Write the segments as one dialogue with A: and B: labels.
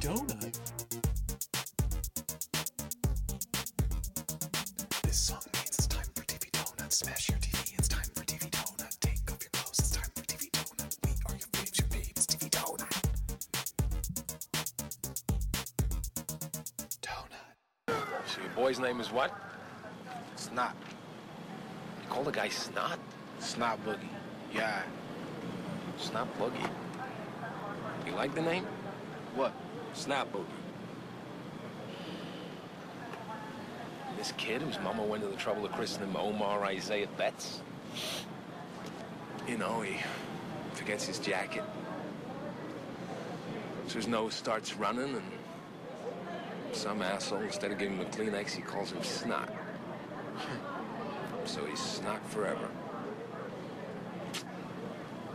A: don't I? This song means it's time for TV Donut. Smash your TV, it's time for TV Donut. Take off your clothes, it's time for TV Donut. We are your faves, your babes, TV Donut. Donut.
B: So your boy's name is what? Snot. You call the guy Snot? Snot Boogie. Yeah. Snot Boogie. You like the name? What? Snot Boogie. This kid whose mama went to the trouble of christening him Omar Isaiah Betts. You know, he forgets his jacket. So his nose starts running and some asshole, instead of giving him a Kleenex, he calls him snot. so he's snot forever.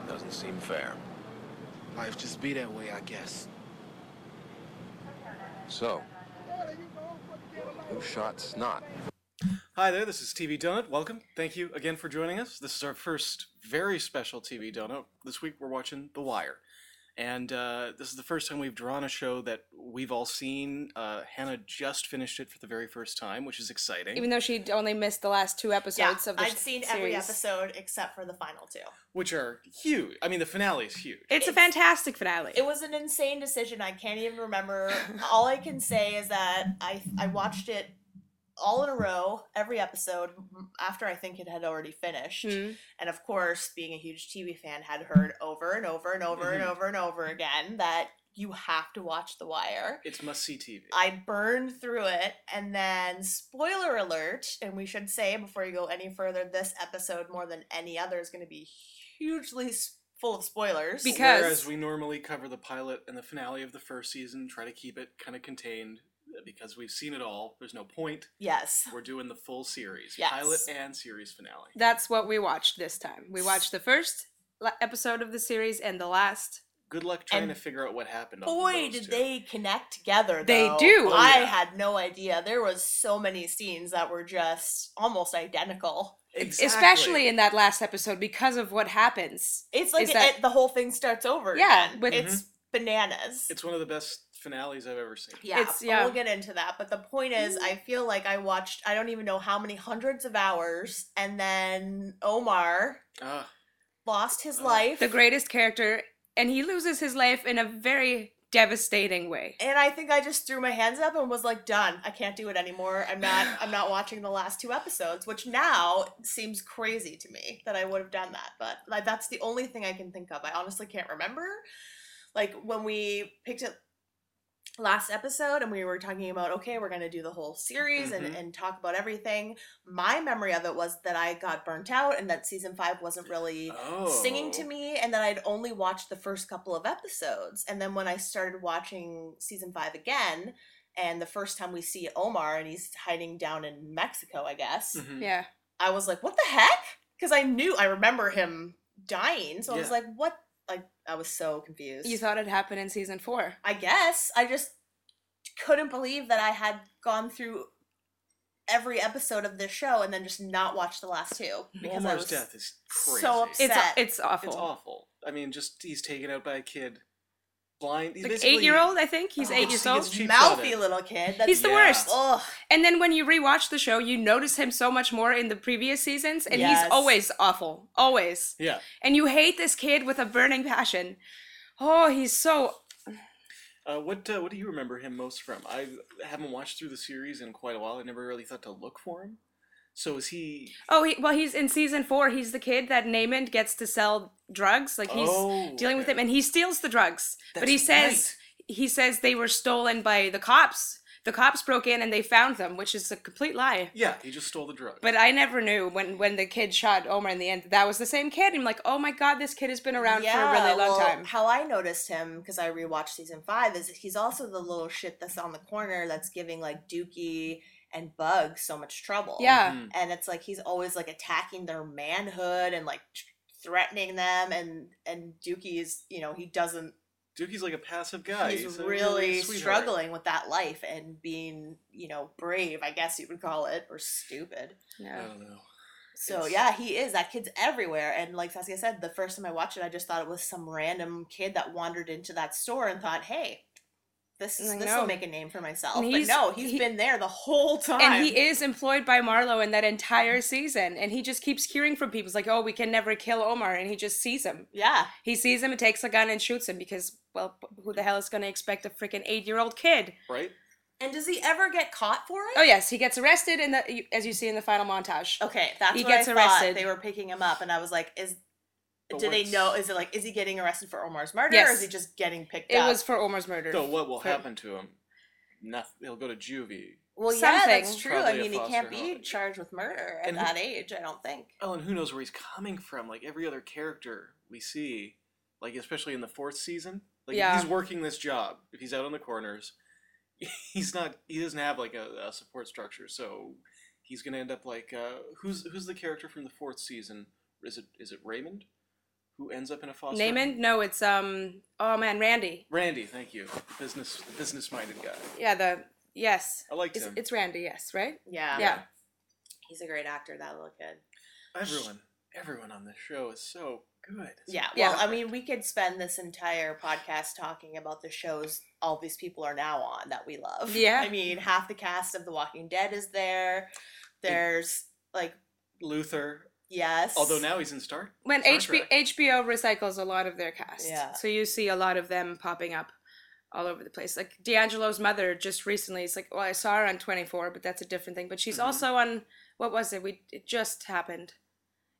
B: Doesn't seem fair.
C: Life just be that way, I guess.
B: So, who shot snot?
D: Hi there, this is TV Donut. Welcome. Thank you again for joining us. This is our first very special TV Donut. This week we're watching The Wire. And uh, this is the first time we've drawn a show that we've all seen. Uh, Hannah just finished it for the very first time, which is exciting.
E: Even though she only missed the last two episodes of the
F: I've seen every
E: series.
F: episode except for the final two.
D: which are huge. I mean, the finale is huge.
G: It's a fantastic finale.
F: It was an insane decision. I can't even remember. all I can say is that I I watched it all in a row, every episode m- after I think it had already finished.
E: Mhm.
F: And of course, being a huge TV fan, had heard over and over and over and
E: Mm-hmm.
D: Mhm.
F: over and over again that you have to watch The Wire.
D: It's must see TV.
F: I burned through it, and then spoiler alert, and we should say before you go any further, this episode more than any other is going to be hugely s- full of spoilers.
E: Because-
D: Whereas we normally cover the pilot and the finale of the first season, try to keep it kind of contained uh, because we've seen it all. There's no point.
F: yes,
D: We're doing the full series,
F: Yes.
D: pilot and series finale.
E: That's what we watched this time. We watched the first la- episode of the series and the last.
D: Good luck trying
F: And
D: to figure out what happened. on
F: boy,
D: those
F: did
D: two.
F: they connect together.
E: They
F: though.
E: do.
D: Oh,
F: I
D: yeah.
F: had no idea. There was so many scenes that were just almost identical.
D: Exactly.
E: Especially in that last episode because of what happens.
F: It's like
E: Is that-
F: it, the whole thing starts over.
E: Yeah,
F: again.
E: with-
F: it's
G: Mm-hmm.
F: bananas.
D: It's one of the best finales I've ever seen.
F: Yeah,
E: It's-
F: but
E: yeah. Mm.
F: we'll get into that. But the point is, I feel like I watched I don't even know how many hundreds of hours, and then Omar
D: Ah,
F: lost his
D: Oh.
F: life.
E: The greatest character, and he loses his life in a very devastating way.
F: and I think I just threw my hands up and was like, "Done. I can't do it anymore. I'm not. I'm not watching the last two episodes." Which now seems crazy to me that I would have done that, but like that's the only thing I can think of. I honestly can't remember. Like when we picked it last episode and we were talking about okay we're going to do the whole series and,
D: Mhm.
F: and talk about everything my memory of it was that i got burnt out and that season five wasn't really
D: oh.
F: singing to me and then i'd only watched the first couple of episodes and then when i started watching season five again and the first time we see omar and he's hiding down in mexico i guess
D: Mhm.
E: Yeah.
F: i was like what the heck because i knew i remember him dying so i was
D: Yeah.
F: like what like i was so confused
E: You thought it happened in season four.
F: i guess i just couldn't believe that i had gone through every episode of this show and then just not watched the last two because
D: Omar's
F: i was
D: death is crazy.
F: so upset.
E: It's,
F: Set.
E: it's awful.
D: It's awful. I mean, just he's taken out by a kid, blind. He's
E: Like
D: basically-
E: eight year old, I think. He's
F: Oh,
E: eight
D: he
E: years
D: gets
E: old.
D: cheap shot
F: mouthy
D: at.
F: little kid that's
E: He's the
D: Yeah.
E: worst.
F: Ugh.
E: And then when you rewatch the show, you notice him so much more in the previous seasons, and
F: Yes.
E: he's always awful. Always.
D: Yeah.
E: And you hate this kid with a burning passion. Oh, he's so.
D: Uh, what uh, What do you remember him most from? I haven't watched through the series in quite a while. I never really thought to look for him. So is he?
E: Oh, he, well, he's in season four. He's the kid that Naaman gets to sell drugs. Like he's
D: Oh,
E: dealing with
D: okay.
E: him, and he steals the drugs. but
D: That's
E: he says he says they were stolen by the cops. The cops broke in and they found them, which is a complete lie.
D: Yeah, he just stole the drug.
E: But I never knew when when the kid shot Omar in the end that was the same kid. I'm like, oh my god, this kid has been around for a really long
F: well,
E: time.
F: How I noticed him because I rewatched season five is that he's also the little shit that's on the corner that's giving like Dookie and Bug so much trouble.
E: Yeah.
D: Mhm.
F: and it's like he's always like attacking their manhood and like tr- threatening them, and and Dookie is you know he doesn't
D: Dookie's like a passive guy.
F: he's,
D: a
F: really
D: sweetheart.
F: struggling with that life and being you know brave I guess you would call it or stupid.
D: I
E: Yeah.
D: don't know.
F: So
D: It's-
F: yeah, he is. That kid's everywhere. And like Saskia said, the first time I watched it, I just thought it was some random kid that wandered into that store and thought, "Hey, This
E: I
F: is this
E: know.
F: will make a name for myself.
E: And
F: But
E: he's-
F: no, he's
E: he-
F: been there the whole time.
E: And he is employed by Marlowe in that entire season. And he just keeps hearing from people. It's like, oh, we can never kill Omar. And he just sees him.
F: yeah,
E: He sees him and takes a gun and shoots him because, well, who the hell is going to expect a freaking eight year old kid?
D: right?
F: and does he ever get caught for it?
E: Oh, yes, he gets arrested, in the, as you see in the final montage.
F: Okay, that's
E: He
F: what
E: gets
F: I
E: arrested.
F: thought. They were picking him up, and I was like, "Is
D: But
F: do they
D: what's-
F: know? Is it like is he getting arrested for Omar's murder, or
E: Yes.
F: is he just getting picked
E: It
F: up?"
E: was for Omar's murder.
D: So what will
E: For-
D: happen to him? Nothing. He'll go to juvie.
F: well, yeah,
E: something.
F: that's true. I
D: Probably a
F: mean, he
D: foster
F: can't be
D: home.
F: charged with murder at
D: And who-
F: that age. I don't think.
D: Oh, and who knows where he's coming from? Like every other character we see, like especially in the fourth season, like if
E: Yeah.
D: he's working this job. If he's out on the corners, he's not. He doesn't have like a, a support structure, so he's gonna end up like uh, who's who's the character from the fourth season? Is it is it Raymond, who ends up in a foster? home?
E: Naaman? No, it's, um, oh man, Randy.
D: Randy, thank you, the business business minded guy.
E: Yeah, the, yes.
D: I liked
E: It's,
D: him.
E: it's Randy, yes, right?
F: Yeah,
E: Yeah.
F: he's a great actor. That little kid.
D: everyone, everyone on this show is so good.
F: Yeah,
E: Yeah.
F: well, I mean, we could spend this entire podcast talking about the shows all these people are now on that we love.
E: Yeah.
F: I mean, half the cast of The Walking Dead is there. There's like,
D: Luther,
F: yes.
D: although now he's in Star
E: When
D: Star
E: HB-
D: Trek.
E: HBO recycles a lot of their cast.
F: Yeah.
E: So you see a lot of them popping up all over the place. Like D'Angelo's mother just recently, it's like, well, I saw her on 24, but that's a different thing. But she's
D: Mhm.
F: Mm-hmm.
E: also on, what was it? We It just happened.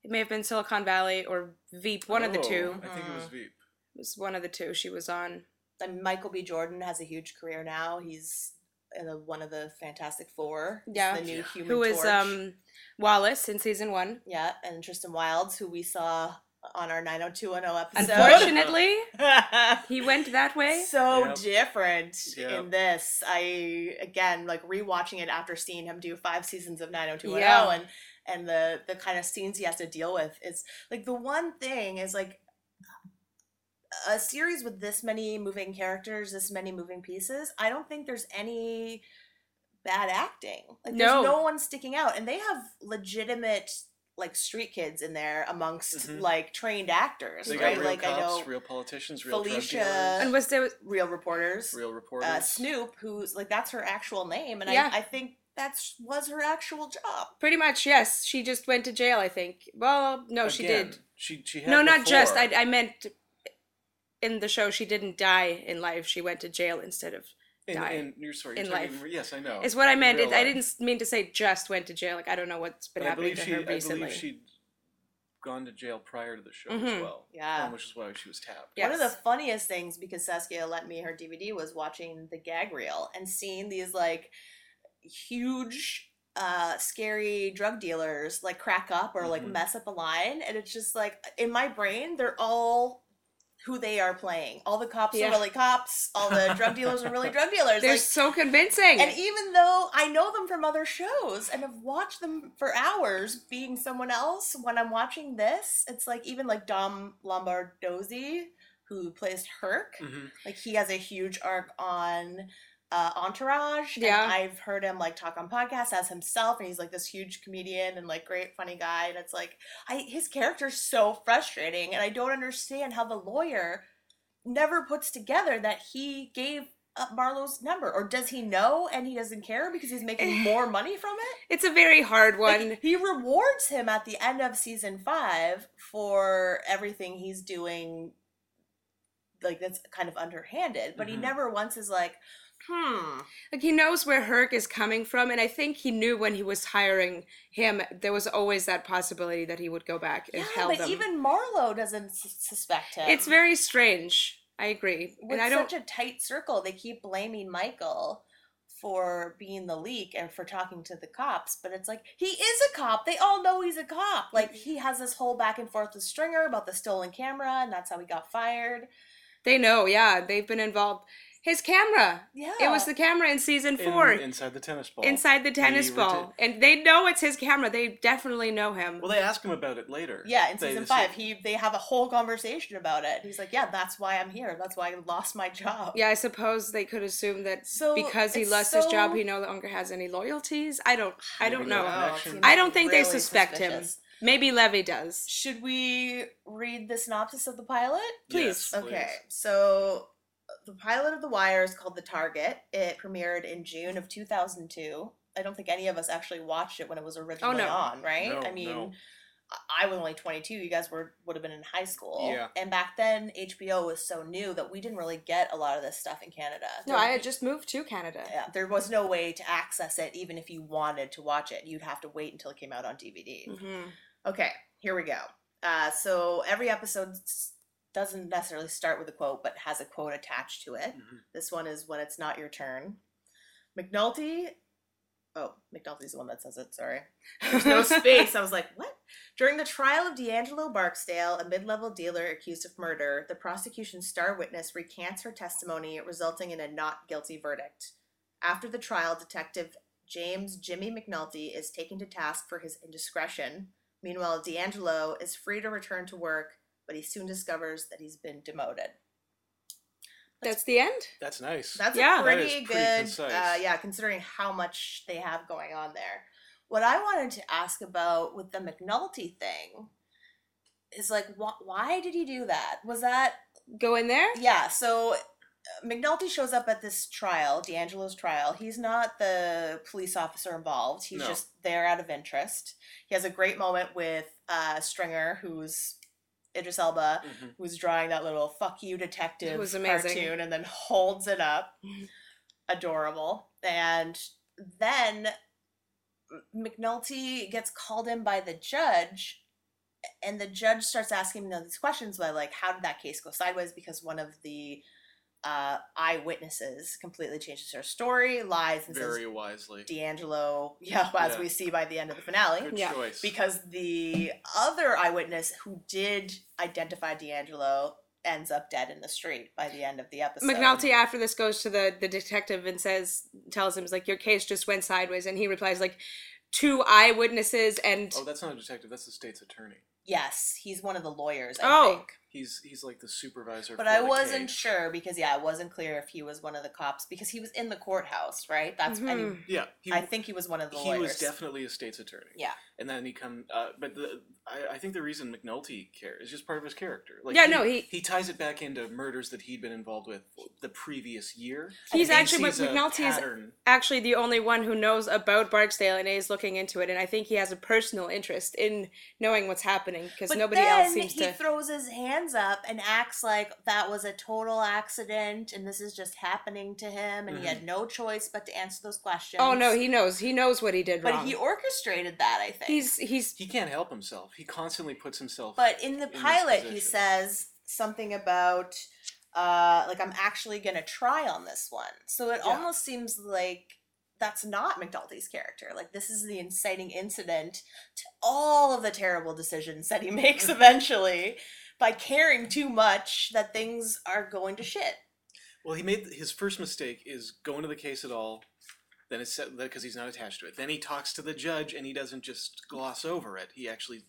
E: It may have been Silicon Valley or Veep, One of the
D: Oh,
E: two. Mm-hmm.
D: I think it was Veep.
E: It was one of the two she was on.
F: And Michael B. Jordan has a huge career now. He's in the, one of the Fantastic Four. He's
E: Yeah.
F: The new human
E: Who is
F: Torch.
E: um, Wallace in season one.
F: Yeah, and Tristan Wilds, who we saw on our 90210 episode.
E: Unfortunately, he went that way.
F: so
D: Yep.
F: different
D: Yep.
F: in this. I again like rewatching it after seeing him do five seasons of 90210
E: Yeah.
F: and and the the kind of scenes he has to deal with is like the one thing is like a series with this many moving characters, this many moving pieces. I don't think there's any bad acting. Like
E: No.
F: there's no one sticking out and they have legitimate like street kids in there amongst
D: Mhm.
F: like trained actors,
D: They got
F: right?
D: real
F: like
D: cops,
F: I know
D: real politicians, real
F: Felicia-
D: drug dealers,
E: And was there
F: real reporters
D: real reporters.
F: uh, Snoop, who's like that's her actual name, and
E: Yeah.
F: I, I think that's was her actual job.
E: pretty much yes. She just went to jail, I think. Well, no, Oh, she
D: Again,
E: did.
D: She she had
E: No, not just. I,
D: before.
E: I meant in the show she didn't die in life. She went to jail instead of.
D: in,
E: died
D: in, you're sorry. You're
E: in
D: talking-
E: life.
D: Yes, I
F: Oh,
D: know.
E: Is what I meant.
D: real
E: It, I
D: life.
E: didn't s- mean to say just went to jail. Like I don't know what's been
D: But I
E: happening
D: believe
E: to
D: she.
E: her
D: I
E: recently.
D: believe she'd gone to jail prior to the show
E: Mhm.
D: as well.
F: Yeah.
D: um, which is why she was tapped.
E: Yeah.
F: One of the
E: Yes.
F: funniest things because Saskia lent me her DVD was watching the gag reel and seeing these like huge uh scary drug dealers like crack up or like
E: Mm-hmm.
D: Mhm.
F: mess up a line and it's just like in my brain they're all who they are playing. All the cops
E: Yeah.
F: are really cops, all the drug dealers are really drug dealers.
E: They're
F: like,
E: so convincing.
F: And even though I know them from other shows and have watched them for hours being someone else, when I'm watching this, it's like even like Dom Lombardozzi, who plays Herc,
D: Mhm.
F: like he has a huge arc on uh, Entourage. and
E: Yeah.
F: I've heard him like talk on podcasts as himself, and he's like this huge comedian and like great funny guy. And it's like I his character's so frustrating, and I don't understand how the lawyer never puts together that he gave up Marlowe's number, or does he know and he doesn't care because he's making more money from it?
E: it's a very hard
F: Like,
E: one.
F: he rewards him at the end of season five for everything he's doing like that's kind of underhanded but
E: Mm-hmm.
D: Mhm.
F: he never once is like hmm
E: Like he knows where Herc is coming from, and I think he knew when he was hiring him, there was always that possibility that he would go back and
F: yeah
E: tell
F: but
E: them.
F: even marlowe doesn't s- suspect him
E: it's very strange. I agree,
F: with
E: and I don't.
F: such a tight circle they keep blaming michael for being the leak and for talking to the cops but it's like he is a cop they all know he's a cop like
E: Mm-hmm.
F: he has this whole back and forth with stringer about the stolen camera and that's how he got fired
E: they know, yeah, they've been involved. His camera.
F: yeah
E: It was the camera in season
D: In-
E: four.
D: inside the tennis ball.
E: inside the tennis
D: reti-
E: ball, and they know it's his camera. They definitely know him.
D: Well, they ask him about it later.
F: Yeah, in
D: They-
F: season
D: so-
F: five, he they have a whole conversation about it. He's like, "Yeah, that's why I'm here. That's why I lost my job."
E: yeah, I suppose they could assume that
F: So
E: because he
F: it's
E: lost his job,
F: so-
E: he no longer has any loyalties. I don't. I don't
D: Maybe
E: know.
D: no
F: Wow,
D: connection.
F: seems
E: I don't think they
F: really
E: suspect him.
F: suspicious.
E: Maybe Levy does.
F: Should we read the synopsis of the pilot?
D: Yes,
F: Okay, so uh, the pilot of The Wire is called The Target. It premiered in June of 2002. I don't think any of us actually watched it when it was originally
E: Oh, no.
F: on, right?
D: No,
F: I mean,
D: no.
F: I- I was only 22. You guys were would have been in high school.
D: Yeah.
F: And back then, HBO was so new that we didn't really get a lot of this stuff in Canada.
E: No,
F: There-
E: I had just moved to Canada.
F: yeah, there was no way to access it, even if you wanted to watch it. You'd have to wait until it came out on DVD.
E: Mm-hmm.
F: Okay, here we go. Uh, so every episode s- doesn't necessarily start with a quote, but has a quote attached to it.
D: Mhm.
F: This one is when it's not your turn. McNulty. Oh, McNulty's the one that says it, sorry. There's no space. I was like, what? During the trial of D'Angelo Barksdale, a mid level dealer accused of murder, the prosecution's star witness recants her testimony, resulting in a not guilty verdict. After the trial, Detective James Jimmy McNulty is taken to task for his indiscretion. Meanwhile, D'Angelo is free to return to work, but he soon discovers that he's been demoted.
E: That's the end.
D: That's nice.
F: That's
E: Yeah.
D: That
F: a pretty,
D: is pretty
F: good,
D: concise.
F: uh, yeah, considering how much they have going on there. What I wanted to ask about with the McNulty thing is like, wh- why did he do that? Was that,
E: Go in there.
F: yeah, so uh, McNulty shows up at this trial, D'Angelo's trial. He's not the police officer involved, he's
D: No.
F: just there out of interest. He has a great moment with uh, Stringer, who's Idris Elba
D: Mhm.
F: who's drawing that little fuck you detective
E: It was amazing. Mm-hmm.
F: cartoon and then holds it up. Adorable. And then McNulty gets called in by the judge and the judge starts asking him these questions by like how did that case go sideways because one of the uh, eyewitnesses completely changes her story, lies and
D: Very
F: says
D: wisely.
F: D'Angelo, yeah, as
D: Yeah.
F: we see by the end of the finale
D: Good
E: Yeah.
D: choice.
F: because the other eyewitness who did identify D'Angelo ends up dead in the street by the end of the episode.
E: McNulty after this goes to the the detective and says tells him is like your case just went sideways and he replies like two eyewitnesses and
D: oh, that's not a detective. That's the state's attorney.
F: Yes, he's one of the lawyers. I
E: Oh.
F: think.
D: He's he's like the supervisor.
F: but
D: for
F: I
D: the
F: wasn't
D: case.
F: sure because yeah, I wasn't clear if he was one of the cops because he was in the courthouse, right? That's I, mean,
D: Yeah,
E: Mm-hmm.
D: he,
F: I think he was one of the
D: he
F: lawyers.
D: was definitely a state's attorney.
F: yeah,
D: and then he come. Uh, but the, I, I think the reason McNulty cares is just part of his character. Like
E: Yeah,
D: he,
E: no, he-
D: he ties it back into murders that he'd been involved with the previous year.
E: He's
D: and
E: actually- but
D: sees a
E: McNulty is-
D: pattern.
E: actually the only one who knows about Barksdale and is looking into it and I think he has a personal interest in knowing what's happening because
F: but
E: nobody
F: then
E: else seems
F: he
E: to
F: throws his hands up and acts like that was a total accident and this is just happening to him and he
D: Mm-hmm.
F: had no choice but to answer those questions.
E: Oh no, he knows. He knows what he did
F: but
E: wrong.
F: he orchestrated that. I think
E: he's he's
D: He can't help himself. He constantly puts himself.
F: But in the
D: this
F: pilot, he
D: position.
F: says something about uh, like I'm actually gonna try on this one. So it
D: Yeah.
F: almost seems like that's not McNulty's character. Like this is the inciting incident to all of the terrible decisions that he makes eventually by caring too much that things are going to shit.
D: Well, he made his first mistake is going to the case at all. Then it's because he's not attached to it. Then he talks to the judge, and he doesn't just gloss over it. He actually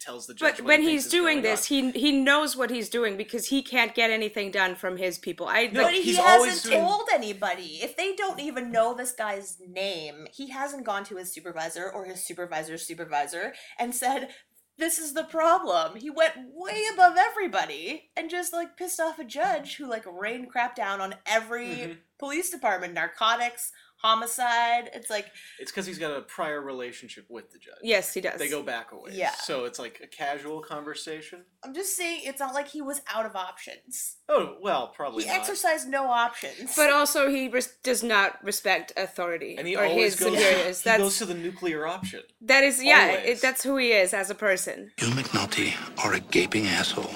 D: tells the judge.
E: but
D: what
E: when
D: he thinks
E: he's
D: is
E: doing
D: going
E: this,
D: on.
E: he he knows what he's doing because he can't get anything done from his people. I
D: No,
E: like,
F: but he
D: he's always
F: hasn't
D: doing-
F: told anybody. If they don't even know this guy's name, he hasn't gone to his supervisor or his supervisor's supervisor and said, This is the problem. He went way above everybody and just like pissed off a judge who like rained crap down on every
D: Mhm.
F: police department narcotics, homicide. It's like,
D: it's because he's got a prior relationship with the judge.
E: yes, he does.
D: they go back away.
F: Yeah.
D: So it's like a casual conversation.
F: I'm just saying, it's not like he was out of options.
D: Oh well, probably
F: He
D: not.
F: exercised no options.
E: But also, he res- does not respect authority
D: and he
E: or
D: always
E: his
D: goes.
E: superiors.
D: he
E: That's
D: goes to the nuclear option.
E: that is yeah.
D: always.
E: It, that's who he is as a person.
G: You, McNulty, are a gaping asshole.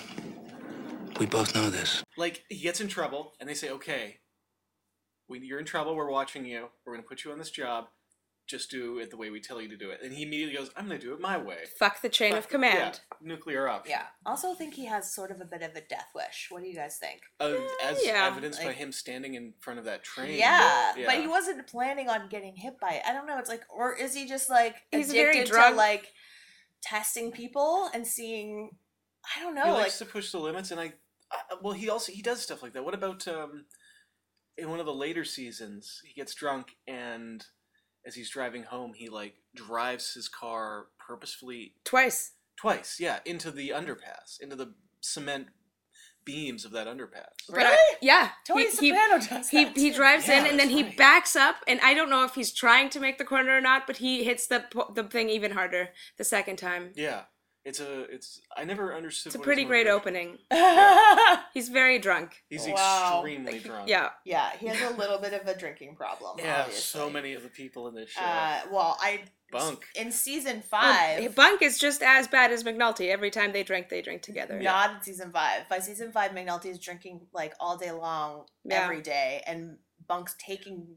G: We both know this.
D: Like he gets in trouble, and they say, "Okay, we, you're in trouble. We're watching you. We're going to put you on this job. Just do it the way we tell you to do it." And he immediately goes, "I'm going to do it my way."
E: Fuck the chain
D: Fuck
E: of
D: it.
E: command.
D: Yeah, nuclear option.
F: yeah. Also, think he has sort of a bit of a death wish. What do you guys think?
D: Uh, as
E: yeah,
D: evidenced by
F: like-
D: him standing in front of that train.
F: Yeah, but
D: Yeah.
F: he wasn't planning on getting hit by it. I don't know. It's like, or is he just like
E: He's very
F: addicted
E: drug-
F: to like testing people and seeing? I don't know.
D: he
F: like,
D: likes to push the limits, and I, I well, he also he does stuff like that. What about um, in one of the later seasons, he gets drunk, and as he's driving home, he like drives his car purposefully
E: Twice.
D: twice, yeah, into the underpass, into the cement beams of that underpass.
E: But I-
F: Really?
E: yeah.
F: Tony
E: he- he-
F: Soprano does
E: He,
F: that.
E: he drives
D: Yeah,
E: in and then
D: that's
E: he
D: right.
E: backs up and I don't know if he's trying to make the corner or not, but he hits the po- the thing even harder the second time.
D: Yeah, it's a it's I never understood.
E: It's a
D: what his
E: pretty great
D: motivation-
E: opening. He's very drunk.
D: He's
F: Wow.
D: extremely drunk.
E: Yeah.
F: yeah, he has a little bit of a drinking problem.
D: yeah.
F: obviously.
D: So many of the people in this show
F: Uh, well, I
D: bunk.
F: in season
E: Well,
F: five.
E: Bunk is just as bad as McNulty. Every time they drink, they drink together.
F: Not in season five. By season five, McNulty is drinking like all day long,
E: Yeah.
F: every day, and Bunk's taking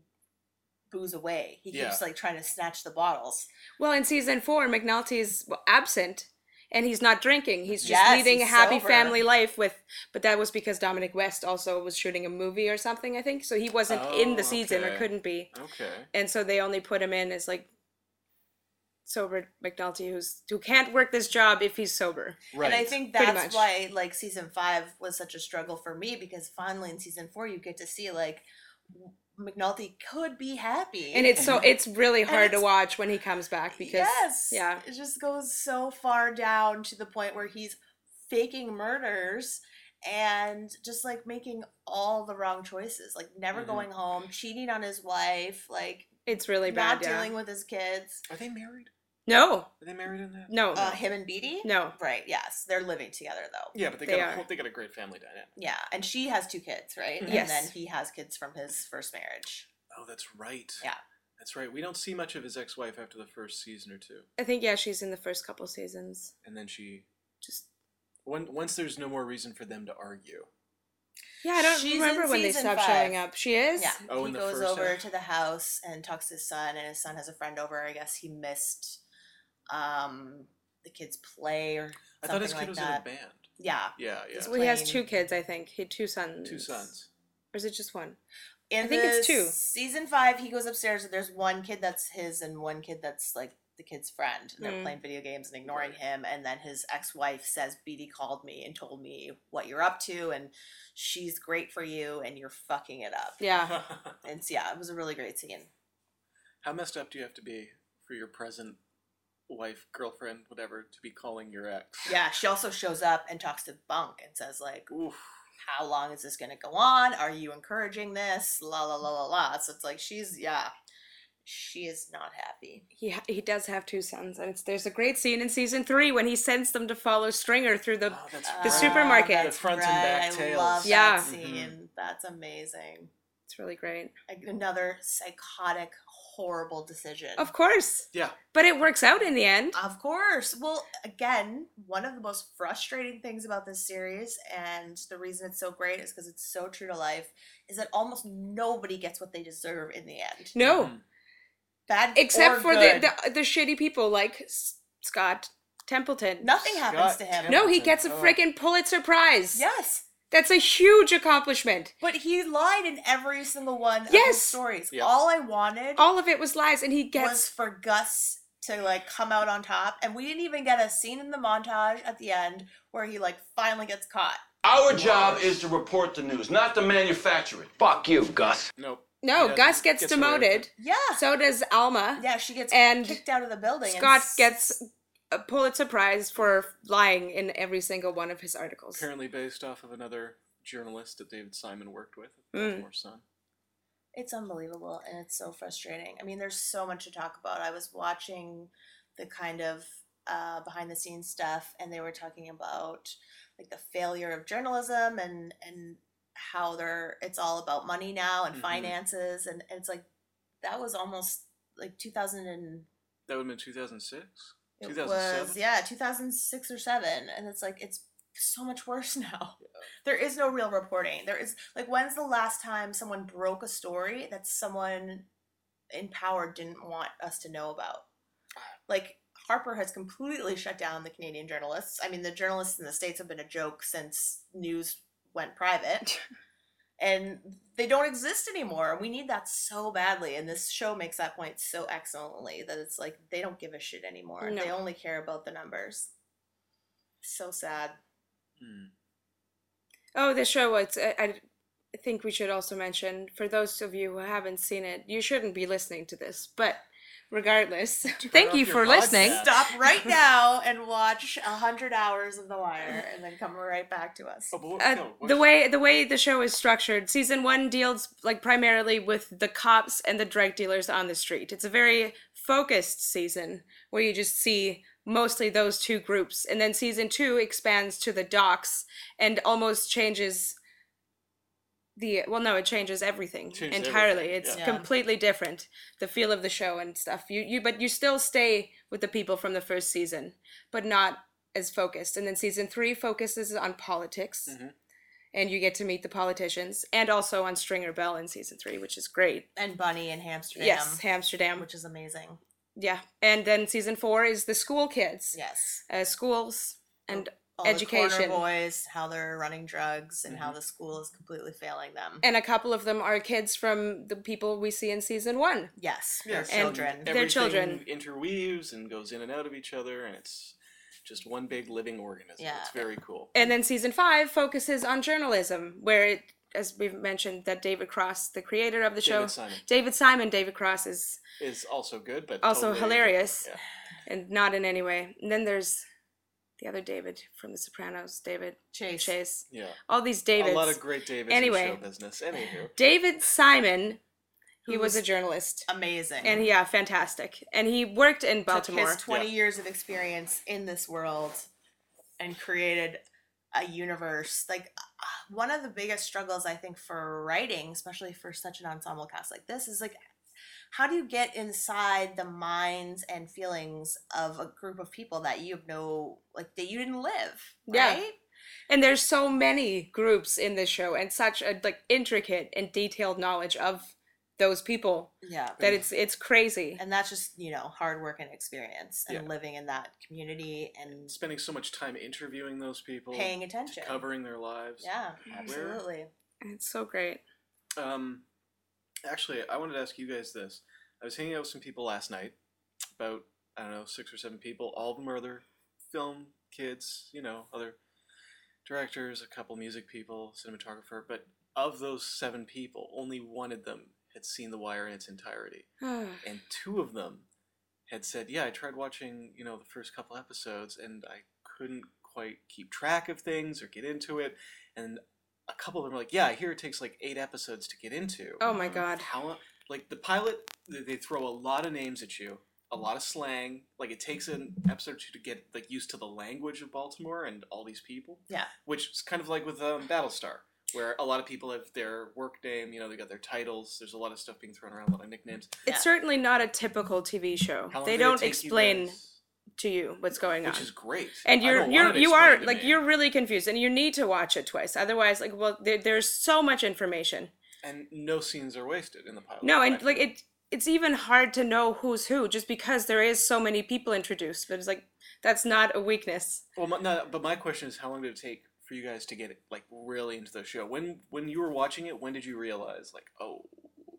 F: booze away. He
D: Yeah.
F: keeps like trying to snatch the bottles.
E: Well, in season four, McNulty's well, absent and he's not drinking. He's just
F: Yes,
E: leading a
F: he's
E: happy
F: sober.
E: family life with, but that was because Dominic West also was shooting a movie or something, I think. So he wasn't in
D: Oh,
E: the season
D: okay.
E: or couldn't be.
D: Okay.
E: And so they only put him in as like sober McNulty who's who can't work this job if he's sober.
D: Right.
F: And I think
E: Pretty
F: that's
E: much.
F: why like season five was such a struggle for me because finally in season four you get to see like McNulty could be happy.
E: And it's so it's really
F: And
E: hard to
F: it's-
E: watch when he comes back because
F: yes,
E: yeah.
F: it just goes so far down to the point where he's faking murders and just like making all the wrong choices, like never
E: Mm-hmm.
D: Mhm.
F: going home, cheating on his wife, like
E: it's really bad.
F: not
E: yeah.
F: dealing with his kids.
D: Are they married?
E: No.
D: Are they married in that?
E: Oh, No.
F: Uh, him and Beatty,
E: no.
F: right? Yes, they're living together though.
D: Yeah, but they,
E: They
D: got a,
E: are.
D: whole- they got a great family dynamic.
F: Yeah, and she has two kids, right? And then
E: Mm-hmm. Yes.
F: he has kids from his first marriage.
D: Oh, that's right.
F: Yeah.
D: That's right. We don't see much of his ex-wife after the first season or two,
E: I think yeah, she's in the first couple seasons.
D: and then she.
E: Just
D: When, once there's no more reason for them to argue.
E: Yeah, I don't
F: She's in
E: remember when they
F: season
E: stopped
F: five.
E: showing up. She is?
F: Yeah,
D: Oh,
F: he
D: in the
F: goes
D: first
F: over
D: half?
F: to the house and talks to his son, and his son has a friend over. I guess he missed um, the kid's play or
D: I
F: something
D: thought his kid
F: like
D: was in a
F: that.
D: band.
F: yeah,
D: Yeah, yeah.
F: This
E: Well, he has
F: Plain.
E: two kids, I think. He had two sons.
D: Two sons.
E: Or is it just one?
F: in
E: I think it's
F: the
E: two.
F: Season five, he goes upstairs, and there's one kid that's his, and one kid that's like the kid's friend, and they're
E: Mm.
F: playing video games and ignoring him. And then his ex-wife says, "Beatty called me and told me what you're up to, and she's great for you, and you're fucking it up."
E: Yeah.
F: And so, yeah, it was a really great scene.
D: How messed up do you have to be for your present wife, girlfriend, whatever, to be calling your ex?
F: Yeah, she also shows up and talks to Bunk and says like,
D: Oof.
F: "How long is this going to go on? Are you encouraging this?" La la la la la. So it's like she's yeah, she is not happy.
E: He ha- he does have two sons, and it's, there's a great scene in season three when he sends them to follow Stringer through the.
D: Oh, that's
F: Ah,
E: The supermarket.
F: that's
D: The front and back
F: right.
D: tails.
F: I love
E: Yeah. Mm-hmm.
F: that scene. That's amazing.
E: It's really great.
F: Like, Another psychotic, horrible decision.
E: Of course,
D: Yeah.
E: but it works out in the end.
F: Of course. Well, again, one of the most frustrating things about this series, and the reason it's so great is because it's so true to life, is that almost nobody gets what they deserve in the end.
E: No,
D: Mhm.
F: Bad
E: except
F: or
E: for
F: good.
E: the, the the shitty people like S- Scott Templeton.
F: nothing happens
D: Scott
F: to him.
D: Temp-
E: No, he gets a
D: Templeton, Oh.
E: freaking Pulitzer Prize.
F: Yes,
E: that's a huge accomplishment.
F: but he lied in every single one of
E: Yes.
F: his stories.
D: Yeah.
F: All I wanted
E: All of it was lies, and he
F: was
E: gets.
F: for Gus to like come out on top, and we didn't even get a scene in the montage at the end where he like finally gets caught.
H: Our job is to report the news, not to manufacture it.
G: Fuck you, Gus.
D: Nope.
E: no,
D: Yeah,
E: Gus gets,
D: away with
E: demoted.
D: it.
F: Yeah,
E: So does Alma.
F: yeah, she gets
E: And
F: kicked out of the building. and
E: Scott
F: s-
E: gets a Pulitzer Prize for lying in every single one of his articles.
D: Apparently based off of another journalist that David Simon worked with,
E: Mm.
D: Baltimore Sun.
F: It's unbelievable and it's so frustrating. I mean, there's so much to talk about. I was watching the kind of uh, behind the scenes stuff, and they were talking about like the failure of journalism and and how they're it's all about money now and
D: Mhm.
F: finances, and, and it's like that was almost like 2000 and
D: That would have been 2006?
F: it
D: 2007?
F: was yeah 2006 or 7 and it's like it's so much worse now there is no real reporting there is like when's the last time someone broke a story that someone in power didn't want us to know about like harper has completely shut down the canadian journalists i mean the journalists in the states have been a joke since news went private and they don't exist anymore we need that so badly and this show makes that point so excellently that it's like they don't give a shit anymore
E: No.
F: they only care about the numbers so sad
D: Hmm.
E: Oh, the show. It's, I, I think we should also mention, for those of you who haven't seen it, you shouldn't be listening to this, but Regardless, thank
D: up
E: you
D: your
E: for
D: podcast.
E: listening.
F: Stop right now and watch a hundred hours of The Wire, and then come right back to us.
D: Oh, but what-
E: Uh,
D: no, what-
E: the way the way the show is structured, season one deals like primarily with the cops and the drug dealers on the street. It's a very focused season where you just see mostly those two groups, and then season two expands to the docks and almost changes the well no it changes everything
D: Changes
E: entirely
D: everything,
E: it's
F: yeah. Yeah.
E: completely different the feel of the show and stuff you you but you still stay with the people from the first season but not as focused and then season 3 focuses on politics and you get to meet the politicians and also on Stringer Bell in season 3 which is great
F: And Bunny and Hamsterdam.
E: yes Amsterdam
F: Which is amazing.
E: yeah and then season 4 is the school kids
F: Yes.
E: uh, schools and
F: All The
E: education Mm-hmm.
F: corner boys, how they're running drugs, and how the school is completely failing them.
E: and a couple of them are kids from the people we see in season 1
F: yes.
D: Yeah,
F: they're
D: so
F: children.
E: ev- They're children.
D: Um, everything interweaves and goes in and out of each other, and it's just one big living organism.
F: Yeah.
D: It's very cool.
E: and then season five focuses on journalism, where it, as we've mentioned, that David Cross, the creator of the show,
D: David Simon
E: David Simon, David Cross is
D: is also good, but
E: Also
D: totally different.
E: hilarious.
D: Yeah.
E: and not in any way. And then there's the other David from The Sopranos, David
F: Chase.
E: Chase.
D: Yeah,
E: All these Davids.
D: a lot of great Davids
E: Anyway.
D: in show business. Anywho,
E: David Simon, he was
F: Who's
E: a journalist,
F: Amazing.
D: Oh.
E: and yeah, fantastic. And he worked in
F: took
E: Baltimore.
F: his 20 years of experience in this world and created a universe like uh, one of the biggest struggles i think for writing especially for such an ensemble cast like this is like how do you get inside the minds and feelings of a group of people that you have no like that you didn't live
E: Yeah.
F: right
E: and there's so many groups in this show, and such a like intricate and detailed knowledge of those people
F: yeah
E: that it's it's crazy.
F: and that's just you know hard work and experience and
D: Yeah.
F: living in that community and
D: spending so much time interviewing those people,
F: paying attention
D: covering their lives.
F: yeah absolutely
E: It's so great.
D: Um, actually, I wanted to ask you guys this. I was hanging out with some people last night, about I don't know six or seven people. All of them are other film kids, you know, other directors, a couple music people, cinematographer. But of those seven people, only one of them had seen The Wire in its entirety, and two of them had said, "Yeah, I tried watching, you know, the first couple episodes, and I couldn't quite keep track of things or get into it." And a couple of them were like, "Yeah, I hear it takes like eight episodes to get into."
E: oh my god.
D: How lo- like the pilot th- they throw a lot of names at you, a lot of slang. Like it takes an episode or two to get like used to the language of Baltimore and all these people.
F: Yeah.
D: Which is kind of like with um, Battlestar, where a lot of people have their work name, you know, they got their titles, there's a lot of stuff being thrown around, a lot of nicknames.
F: Yeah.
E: It's certainly not a typical TV show.
D: How long
E: They
D: did it
E: don't
D: take you
E: explain
D: guys?
E: to you what's going on.
D: Which is great.
E: and
D: I
E: you're
D: don't
E: you're
D: want it
E: you are
D: explained to
E: like
D: me.
E: you're really confused and you need to watch it twice. Otherwise like well there, there's so much information.
D: and no scenes are wasted in the pilot.
E: No, and
D: Oh, I
E: like
D: feel.
E: it it's even hard to know who's who just because there is so many people introduced, but it's like that's not a weakness.
D: Well, my, no, but my question is, how long did it take for you guys to get like really into the show? When when you were watching it, when did you realize like, oh,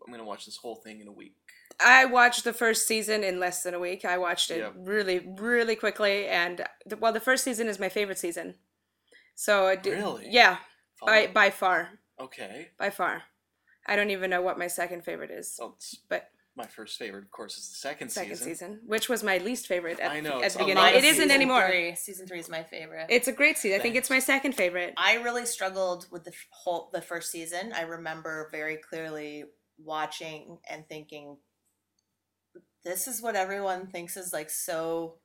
D: I'm gonna watch this whole thing in a week?
E: I watched the first season in less than a week. I watched it
D: Yeah.
E: really really quickly and the, well the first season is my favorite season. So it did,
D: Really? Oh.
E: yeah, by
D: Follow-
E: by far.
D: okay.
E: by far. I don't even know what my second favorite is,
D: Well, it's-
E: but
D: my first favorite, of course, is the Oh, second,
E: second season,
D: season.
E: which was my least favorite at,
D: I
E: the-
D: know,
E: at
D: it's
E: the
D: a
E: beginning.
D: lot
E: It
D: of
E: isn't
D: season
E: anymore.
F: Three. Season three is my favorite.
E: It's a great season. I think it's my second favorite.
F: I really struggled with the f- whole the first season. I remember very clearly watching and thinking, "This is what everyone thinks is like so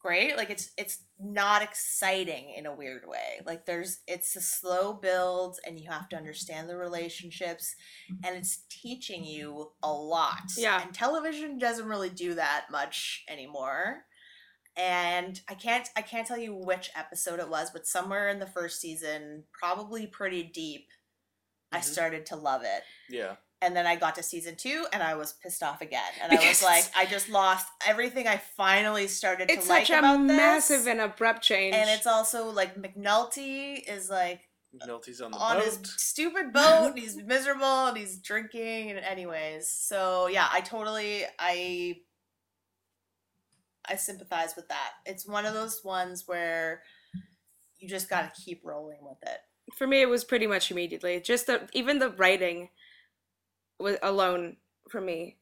F: great. Like it's it's not exciting in a weird way. Like there's it's a slow build, and you have to understand the relationships, and it's teaching you a lot.
E: Yeah.
F: and television doesn't really do that much anymore and I can't I can't tell you which episode it was, but somewhere in the first season, probably pretty deep, I
D: Mhm.
F: started to love it.
D: Yeah.
F: And then I got to season two, and I was pissed off again, and I
E: Because
F: was like, I just lost everything. I finally started
E: It's
F: to like
E: such a
F: about this.
E: massive and abrupt change.
F: and it's also like McNulty is like
D: Nulty's on the
F: on
D: boat.
F: his stupid boat and he's miserable and he's drinking and anyways so yeah i totally i i sympathize with that it's one of those ones where you just gotta keep rolling with it
E: for me, it was pretty much immediately. Just the even the writing was alone for me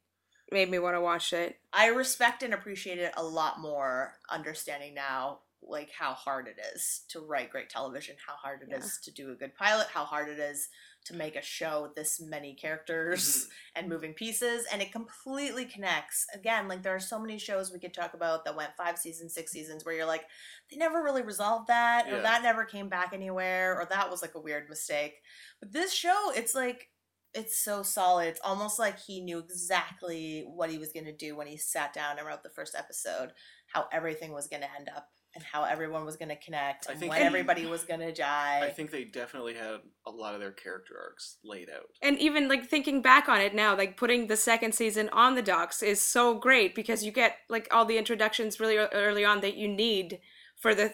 E: made me want to watch it.
F: I respect and appreciate it a lot more understanding now like how hard it is to write great television, how hard it is
E: Yeah.
F: to do a good pilot, how hard it is to make a show with this many characters and moving pieces and it completely connects. Again, like there are so many shows we could talk about that went 5 seasons, 6 seasons where you're like they never really resolved that
D: Yeah.
F: or that never came back anywhere or that was like a weird mistake. But this show it's like it's so solid. It's almost like he knew exactly what he was going to do when he sat down and wrote the first episode, how everything was going to end up and how everyone was going to connect
D: I
F: and
D: think
F: when
D: he-
F: everybody was going to die.
D: I think they definitely had a lot of their character arcs laid out.
E: And even like thinking back on it now, like putting the second season on the docs is so great because you get like all the introductions really ear- early on that you need for the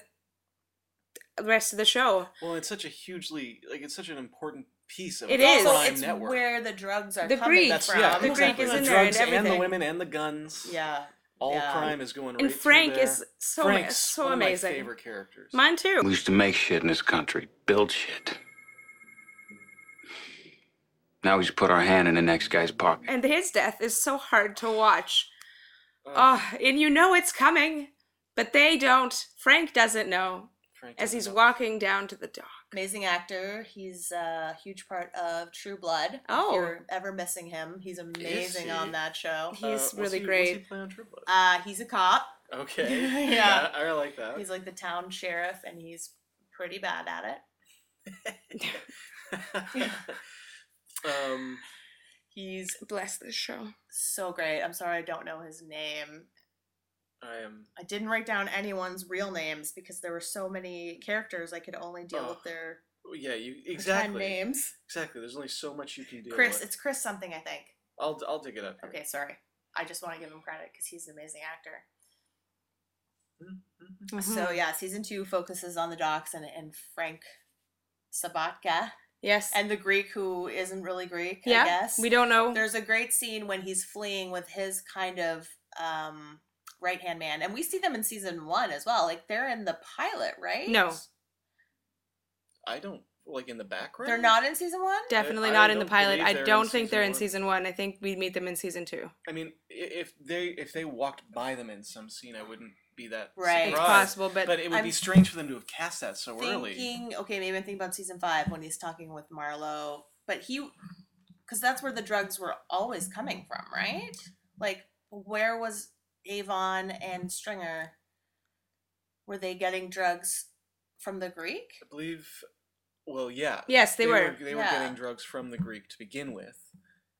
E: rest of the show.
D: Well, it's such a hugely like it's such an important piece of
E: It
D: the
E: is.
F: also,
D: crime
F: it's
D: network.
F: where the drugs are
E: The
F: coming
E: Greek.
D: That's
F: from.
D: yeah,
E: The Greek
D: exactly.
E: is
D: the
E: in there and
D: drugs and, the
E: everything.
D: women and the guns.
F: Yeah.
D: all
F: yeah.
D: crime is going.
E: And
D: right through
E: Frank
D: there.
E: is so
D: Frank's
E: so
D: one
E: amazing.
D: Of my favorite characters.
E: Mine too.
G: We used to make shit in this country, build shit. Now we just put our hand in the next guy's pocket.
E: And his death is so hard to watch.
D: Ugh,
E: Oh, and you know it's coming, but they don't. Frank doesn't know
D: Frank
E: as
D: is
E: he's
D: nuts.
E: walking down to the dock.
F: Amazing actor. He's a huge part of True Blood. If
E: Oh.
F: you're ever missing him, he's amazing
D: he?
F: on that show.
E: He's
D: was
E: really
D: Uh, he- was
E: great.
D: he playing True Blood?
F: Uh, he's a cop.
D: okay.
F: Yeah.
D: I, I like that.
F: He's like the town sheriff, and he's pretty bad at it.
D: um,
F: He's
E: Bless this show.
F: so great. I'm sorry I don't know his name.
D: I am.
F: I didn't write down anyone's real names because there were so many characters I could only deal
D: Oh,
F: with their
D: Yeah, you
F: pretend
D: exactly.
F: names.
D: Exactly. There's only so much you can do.
F: Chris, it's Chris something I think.
D: I'll I'll dig it up. here.
F: Okay, sorry. I just want to give him credit because he's an amazing actor.
D: Mhm.
E: Mm-hmm.
F: So yeah, season two focuses on the docs and, and Frank Sabatka
E: Yes.
F: and the Greek who isn't really Greek. I
E: yeah.
F: guess
E: We don't know.
F: There's a great scene when he's fleeing with his kind of um, right hand man, and we see them in season one as well. Like they're in the pilot, right?
E: No,
D: I don't like in the background.
F: they're not in season one.
E: definitely
D: I
E: not in the
D: don't
E: pilot.
D: believe
E: I
D: they're in
E: don't think they're in
D: season
E: season one. I think we meet them in season two.
D: I mean, i- if they if they walked by them in some scene, I wouldn't be that
F: Right.
E: It's
D: surprised.
E: possible, but,
D: But it would
F: I'm
D: be strange for them to have cast that so early.
F: Thinking, okay, maybe I'm thinking about season five when he's talking with Marlowe, but he, because that's where the drugs were always coming from, right? Like, where was Avon and Stringer? Were they getting drugs from the Greek?
D: I believe. Well, yeah.
E: yes, they, were.
D: They were
F: yeah.
D: getting drugs from the Greek to begin with,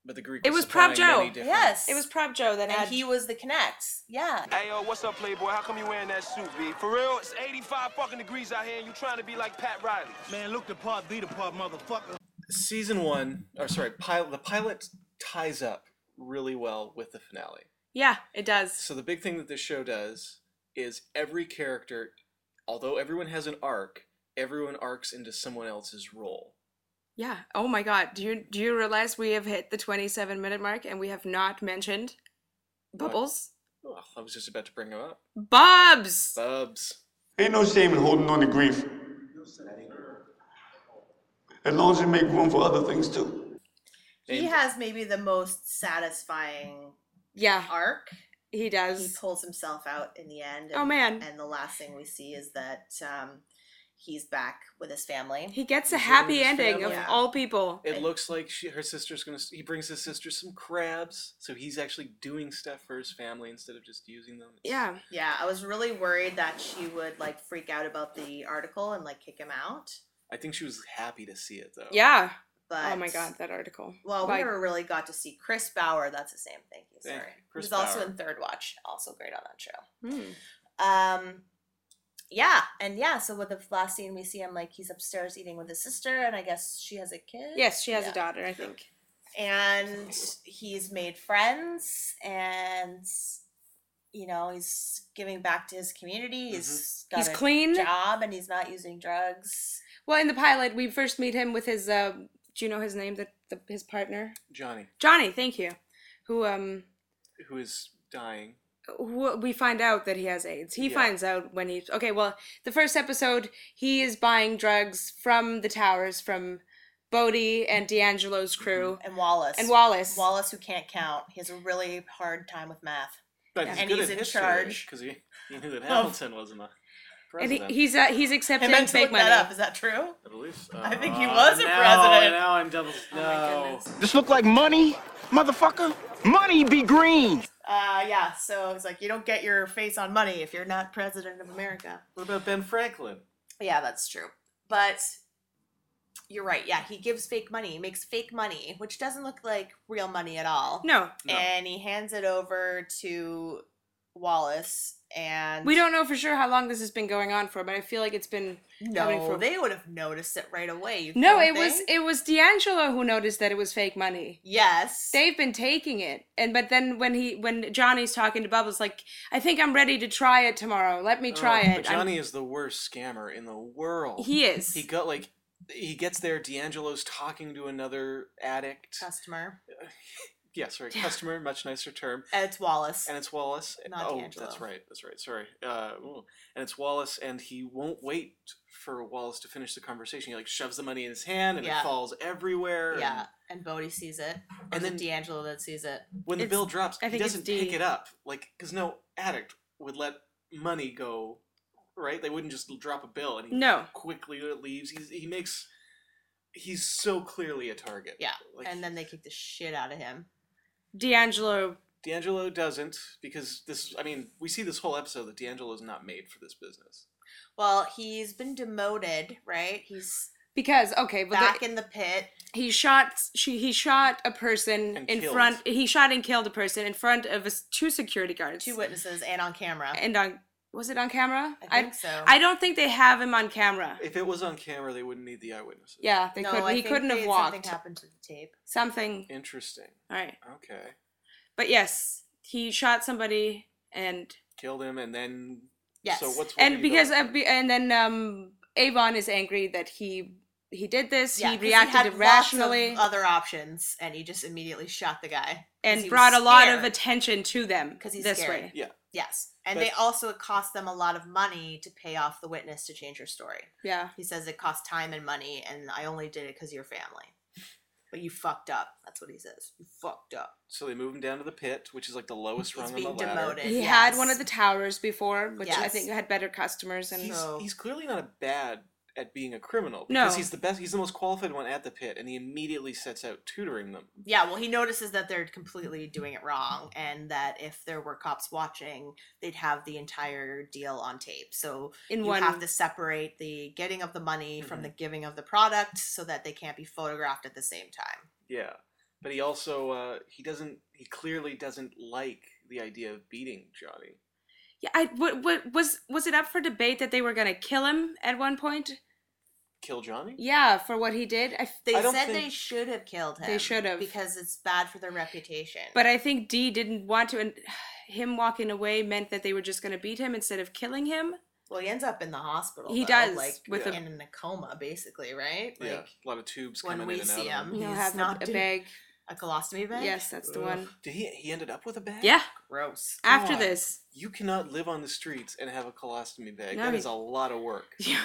D: but the Greek.
E: It was Prop
D: supplying
E: Joe.
D: many different-
F: Yes,
E: It was Prop Joe that
F: and
E: had.
F: he was the connect. Yeah,
I: Hey, yo, what's up, Playboy? How come you wearing that suit, B? For real, it's 85 fucking degrees out here, and you trying to be like Pat Riley.
J: Man, look the part, be the part, motherfucker.
D: Season one, or sorry, pilot. The pilot ties up really well with the finale.
E: yeah, it does.
D: So the big thing that this show does is every character, although everyone has an arc, everyone arcs into someone else's role.
E: Yeah. Oh my God. Do you do you realize we have hit the twenty-seven minute mark and we have not mentioned Bubbles,
D: Oh, I was just about to bring him up.
E: Bubs?
D: Bubs.
K: Ain't no shame in holding on to grief. As long as you make room for other things too.
F: he has maybe the most satisfying
E: Yeah,
F: arc.
E: he
F: he
E: does.
F: pulls himself out in the end.
E: Oh, man.
F: And the last thing we see is that um, he's back with his family.
E: He gets a
D: He's
E: happy
D: living with his
E: ending of
D: family.
E: all people.
D: It looks like she, her sister's gonna. He brings his sister some crabs, so he's actually doing stuff for his family instead of just using them. It's-
E: Yeah.
F: Yeah, I was really worried that she would like freak out about the article and like kick him out.
D: I think she was happy to see it though.
E: Yeah.
F: But
E: Oh my God, that article.
F: Well, we
E: Like-
F: never really got to see Chris Bauer. That's his name. Thank you.
D: Thank
F: Sorry,
D: you, Chris
F: he was also
D: Bauer.
F: in Third Watch. Also great on that show.
E: Hmm.
F: Um, yeah, and yeah. So with the last scene, we see him like he's upstairs eating with his sister, and I guess she has a kid.
E: Yes, she has
F: Yeah.
E: a daughter, I think.
F: and he's made friends and you know he's giving back to his community he's got
E: Mm-hmm. He's
F: a
E: clean.
F: job and he's not using drugs
E: Well, in the pilot, we first meet him with his. Uh, do you know his name? That the, his partner,
D: Johnny,
E: Johnny. Thank you. Who um
D: who is dying.
E: who we find out that he has AIDS. He
D: Yeah.
E: finds out when he okay, well, the first episode he is buying drugs from the towers from Bodie and D'Angelo's crew.
F: And Wallace.
E: And Wallace.
F: Mm-hmm. Wallace, who can't count. He has a really hard time with math. and he's in charge.
D: because he, he knew that Hamilton wasn't a
E: And he,
D: president.
E: he's uh, he's
F: I
E: accepting
F: meant to
E: fake money.
F: look that up. Is that true?
D: I believe. So.
F: I think he
D: Uh,
F: was a
D: now-
F: president. Oh
D: Now I'm double. No.
I: This look like money, motherfucker. Money be green.
F: Uh, yeah. So it's like you don't get your face on money if you're not president of America.
D: What about Ben Franklin?
F: Yeah, that's true. But you're right. Yeah, he gives fake money. He makes fake money, which doesn't look like real money at all.
E: No,
F: And he hands it over to Wallace, and
E: we don't know for sure how long this has been going on for, but I feel like it's been happening
F: No,
E: for.
F: they would have noticed it right away. you
E: no, it
F: don't
E: was
F: think?
E: it was D'Angelo who noticed that it was fake money.
F: Yes.
E: They've been taking it, and but then when he when Johnny's talking to Bubbles, like I think I'm ready to try it tomorrow. Let me try
D: Oh,
E: it.
D: But
E: I'm-
D: Johnny is the worst scammer in the world.
E: He is.
D: He got like he gets there. D'Angelo's talking to another addict.
F: customer.
D: Yeah, sorry,
F: Yeah.
D: customer, much nicer term.
F: And it's Wallace.
D: And it's Wallace.
F: Not
D: oh,
F: D'Angelo.
D: that's right. That's right. Sorry. Uh, ooh. and it's Wallace, and he won't wait for Wallace to finish the conversation. He like shoves the money in his hand, and
F: Yeah.
D: it falls everywhere. and-
F: yeah, and Bodhi sees it, and
D: And
F: then
D: then-
F: D'Angelo that sees it.
D: when the
E: It's-
D: bill drops,
E: I
D: he
E: think it's
D: doesn't pick
E: D.
D: it up. Like, because no addict would let money go, right? They wouldn't just drop a bill and he
E: No.
D: quickly leaves. He's, he makes. He's so clearly a target.
F: Yeah,
D: Like,
F: and then they kick the shit out of him.
E: D'Angelo
D: D'Angelo doesn't because this. I mean, we see this whole episode that D'Angelo's not made for this business.
F: Well, he's been demoted, right? He's
E: because okay, well, the-
F: back in the pit.
E: he shot she he shot a person
D: And
E: in
D: killed.
E: front he shot and killed a person in front of us two security guards
F: Two witnesses and on
D: uh,
F: camera.
E: and on was it on camera
F: I think so.
E: I don't think they have him on camera
D: If it was on camera, they wouldn't need the eyewitnesses.
E: yeah they
F: No,
E: couldn't
F: I
E: he
F: think
E: couldn't
F: they-
E: have
F: Something
E: walked
F: happened to the tape.
E: something
D: Interesting.
E: all right
D: Okay.
E: but yes he shot somebody and
D: Killed him and then.
F: Yes.
D: So what's what are
E: and
D: you
E: because
D: going
E: uh, be- and then um Avon is angry that he he did this
F: Yeah, 'cause
E: he
F: had
E: reacted
F: lots of
E: irrationally
F: other options, and he just immediately shot the guy.
E: and brought a lot of attention to them
F: 'Cause he's
E: this
F: scared.
E: way
D: Yeah.
F: Yes, and
D: But-
F: they also it cost them a lot of money to pay off the witness to change her story.
E: yeah
F: He says it cost time and money, and I only did it because your family. But you fucked up. That's what he says. You fucked up.
D: So they move him down to the pit, which is like the lowest
F: He's
D: rung
F: being
D: on the ladder.
F: demoted.
E: He had one of the
F: Yes.
E: towers before, which I
F: Yes.
E: think had better customers and
D: he's,
F: So-
D: he's clearly not a bad at being a criminal
E: No.
D: because he's the best he's the most qualified one at the pit and he immediately sets out tutoring them
F: Yeah, well, he notices that they're completely doing it wrong, and that if there were cops watching, they'd have the entire deal on tape. So
E: in
F: you
E: one. Mm-hmm.
F: have to separate the getting of the money from the giving of the product, so that they can't be photographed at the same time.
D: yeah but he also uh, he doesn't he clearly doesn't like the idea of beating johnny
E: yeah, I what, what was was it up for debate that they were gonna kill him at one point?
D: kill johnny
E: Yeah, for what he did. I, f-
F: They
D: I don't
F: said they
D: think-
F: should have killed him.
E: They should have.
F: because it's bad for their reputation.
E: but I think D didn't want to, and him walking away meant that they were just gonna beat him instead of killing him.
F: Well, he ends up in the hospital.
E: He
F: though,
E: does,
F: like
E: with
D: a-
F: in a coma, basically, right?
D: yeah
F: Like
D: a lot of tubes
F: when
D: coming
F: we
D: in and out of
F: see him,
E: You know,
F: Mm-hmm. he's
E: have
F: not
E: a, a
F: doing-
E: bag.
F: a colostomy bag.
E: Yes, that's the
F: Ugh.
E: one.
D: did he he ended up with a bag
E: Yeah.
F: gross.
E: After
D: God.
E: this,
D: you cannot live on the streets and have a colostomy bag
E: No,
D: that
E: he-
D: is a lot of work
E: yeah.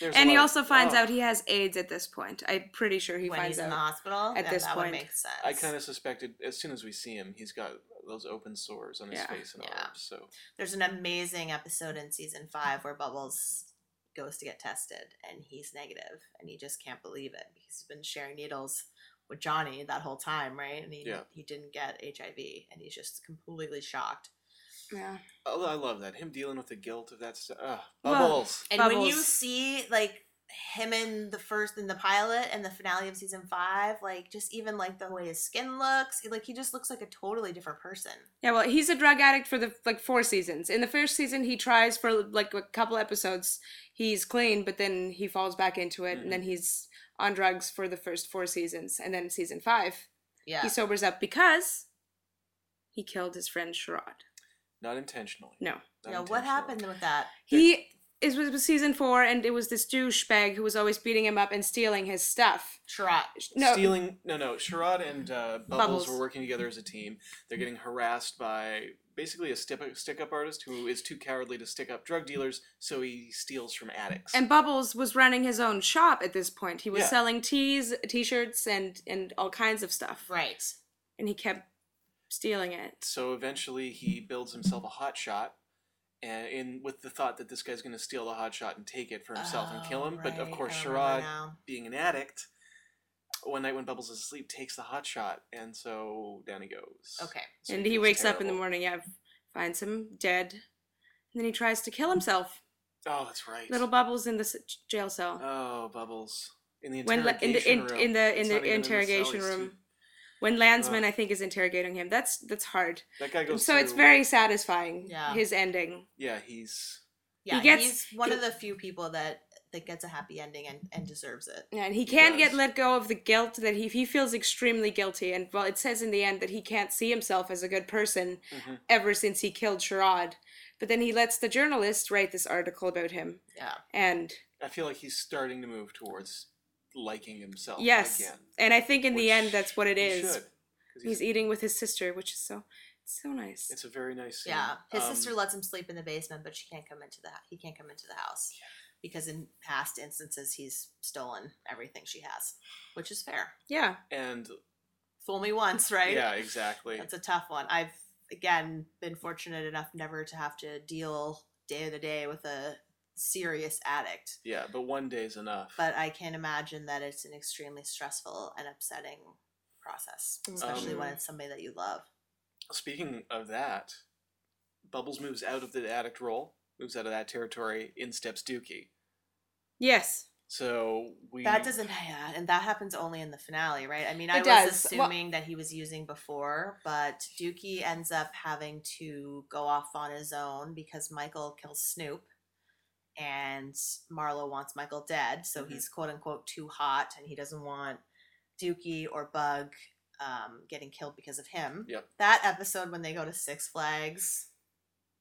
D: There's a
E: and he
D: lot of-
E: also finds
D: oh.
E: out he has AIDS at this point. I'm pretty sure he
F: when
E: finds
F: he's in the
E: out.
F: hospital,
E: at
F: then
E: this
F: that
E: point.
F: would make sense.
D: I kind of suspected as soon as we see him, he's got those open sores on his
E: Yeah.
D: face and
F: Yeah.
D: arms. So
F: There's an amazing episode in season five where Bubbles goes to get tested and he's negative and he just can't believe it because he's been sharing needles with Johnny that whole time, right? And he
D: Yeah.
F: he didn't get HIV and he's just completely shocked.
E: Yeah.
D: Oh, I love that. Him dealing with the guilt of that stuff. Ugh,
E: Well-
D: bubbles.
F: And when you
E: Bubbles.
F: see like him in the first in the pilot and the finale of season five, like just even like the way his skin looks, like he just looks like a totally different person.
E: Yeah, well, he's a drug addict for the like four seasons. In the first season, he tries for like a couple episodes, he's clean, but then he falls back into it, and then
F: Mm-hmm.
E: he's on drugs for the first four seasons, and then season five,
F: Yeah.
E: he sobers up because he killed his friend Sherrod.
D: Not intentionally.
E: No,
D: Not
F: You know, what
D: intentionally.
F: happened with that?
E: he it was, it was season four, and it was this douchebag who was always beating him up and stealing his stuff.
F: Trot.
E: No,
D: Stealing. No, no. Sherrod and uh, Bubbles,
E: Bubbles.
D: were working together as a team. They're getting harassed by basically a stick up artist who is too cowardly to stick up drug dealers, so he steals from addicts.
E: And Bubbles was running his own shop at this point. He was
D: Yeah.
E: selling tees, t-shirts, and and all kinds of stuff.
F: Right.
E: And he kept stealing it.
D: So eventually, he builds himself a hot shot, and in with the thought that this guy's going to steal the hot shot and take it for himself and
E: Oh,
D: kill him. But of
F: Oh, right.
D: course,
F: I remember
D: Sherrod,
F: now.
D: being an addict, one night when Bubbles is asleep, takes the hot shot, and so down he goes.
F: Okay.
D: So
E: And he
D: feels
E: wakes up in the
D: terrible.
E: morning, yeah, finds him dead. And then he tries to kill himself.
D: Oh, that's right.
E: Little Bubbles in the s- jail cell.
D: Oh, Bubbles. In the
E: When la- in the
D: interrogation
E: in,
D: room.
E: in the in
D: It's not
E: the
D: even in cell,
E: interrogation
D: he's
E: room.
D: too-
E: When Landsman,
D: Ugh.
E: I think, is interrogating him. That's that's hard.
D: That guy goes
E: so it's
D: through-
E: very satisfying.
F: Yeah.
E: His ending.
D: Yeah, he's.
F: Yeah,
E: gets-
F: he's one of
E: he-
F: the few people that that gets a happy ending and, and deserves it.
E: Yeah, and he can't get let go of the guilt that he he feels extremely guilty. And well, it says in the end that he can't see himself as a good person
D: mm-hmm.
F: Mhm.
E: ever since he killed Sherrod. But then he lets the journalist write this article about him.
F: Yeah.
E: And
D: I feel like he's starting to move towards liking himself.
E: yes,
D: Again.
E: and I think in the end that's what it
D: he
E: is.
D: should, 'cause
E: He's eating with his sister, which is so it's so nice.
D: It's a very nice scene.
F: Yeah, his
D: Um,
F: sister lets him sleep in the basement, but she can't come into the he can't come into the house because in past instances he's stolen everything she has, which is fair.
E: Yeah.
D: And
F: Fool me once, right?
D: yeah, exactly.
F: That's a tough one. I've again been fortunate enough never to have to deal day to day with a serious addict,
D: yeah, but one day's enough.
F: but I can imagine that it's an extremely stressful and upsetting process, especially when
D: Um,
F: it's somebody that you love.
D: Speaking of that, Bubbles moves out of the addict role, moves out of that territory. In steps Dookie.
E: Yes.
D: So we
F: That doesn't, yeah, and that happens only in the finale, right? I mean,
E: It
F: I was
E: does. Well-
F: assuming that he was using before, but Dookie ends up having to go off on his own because Michael kills Snoop, and Marlo wants Michael dead, so
E: Mm-hmm.
F: he's quote unquote too hot, and he doesn't want Dookie or Bug um, getting killed because of him.
D: Yep.
F: That episode when they go to Six Flags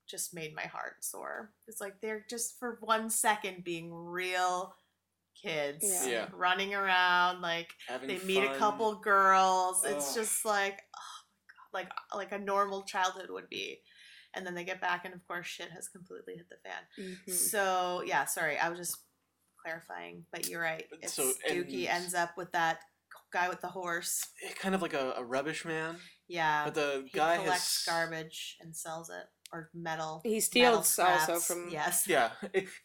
F: just made my heart sore. It's like they're just for one second being real kids
D: Yeah. Yeah.
F: running around like
D: Having
F: they meet a
D: fun.
F: couple girls it's
D: Ugh.
F: just like oh my god like like a normal childhood would be and then they get back and of course shit has completely hit the fan
E: Hmm.
F: so yeah sorry i was just clarifying but you're right it's
D: so- and-
F: dookie ends up with that guy with the horse
D: eh, kind of like a, a rubbish man.
F: yeah
D: But the
F: he
D: guy has-
F: collects garbage and sells it or metal
E: He
F: metal
E: steals also
F: scraps.
E: from-
F: yes
D: Yeah,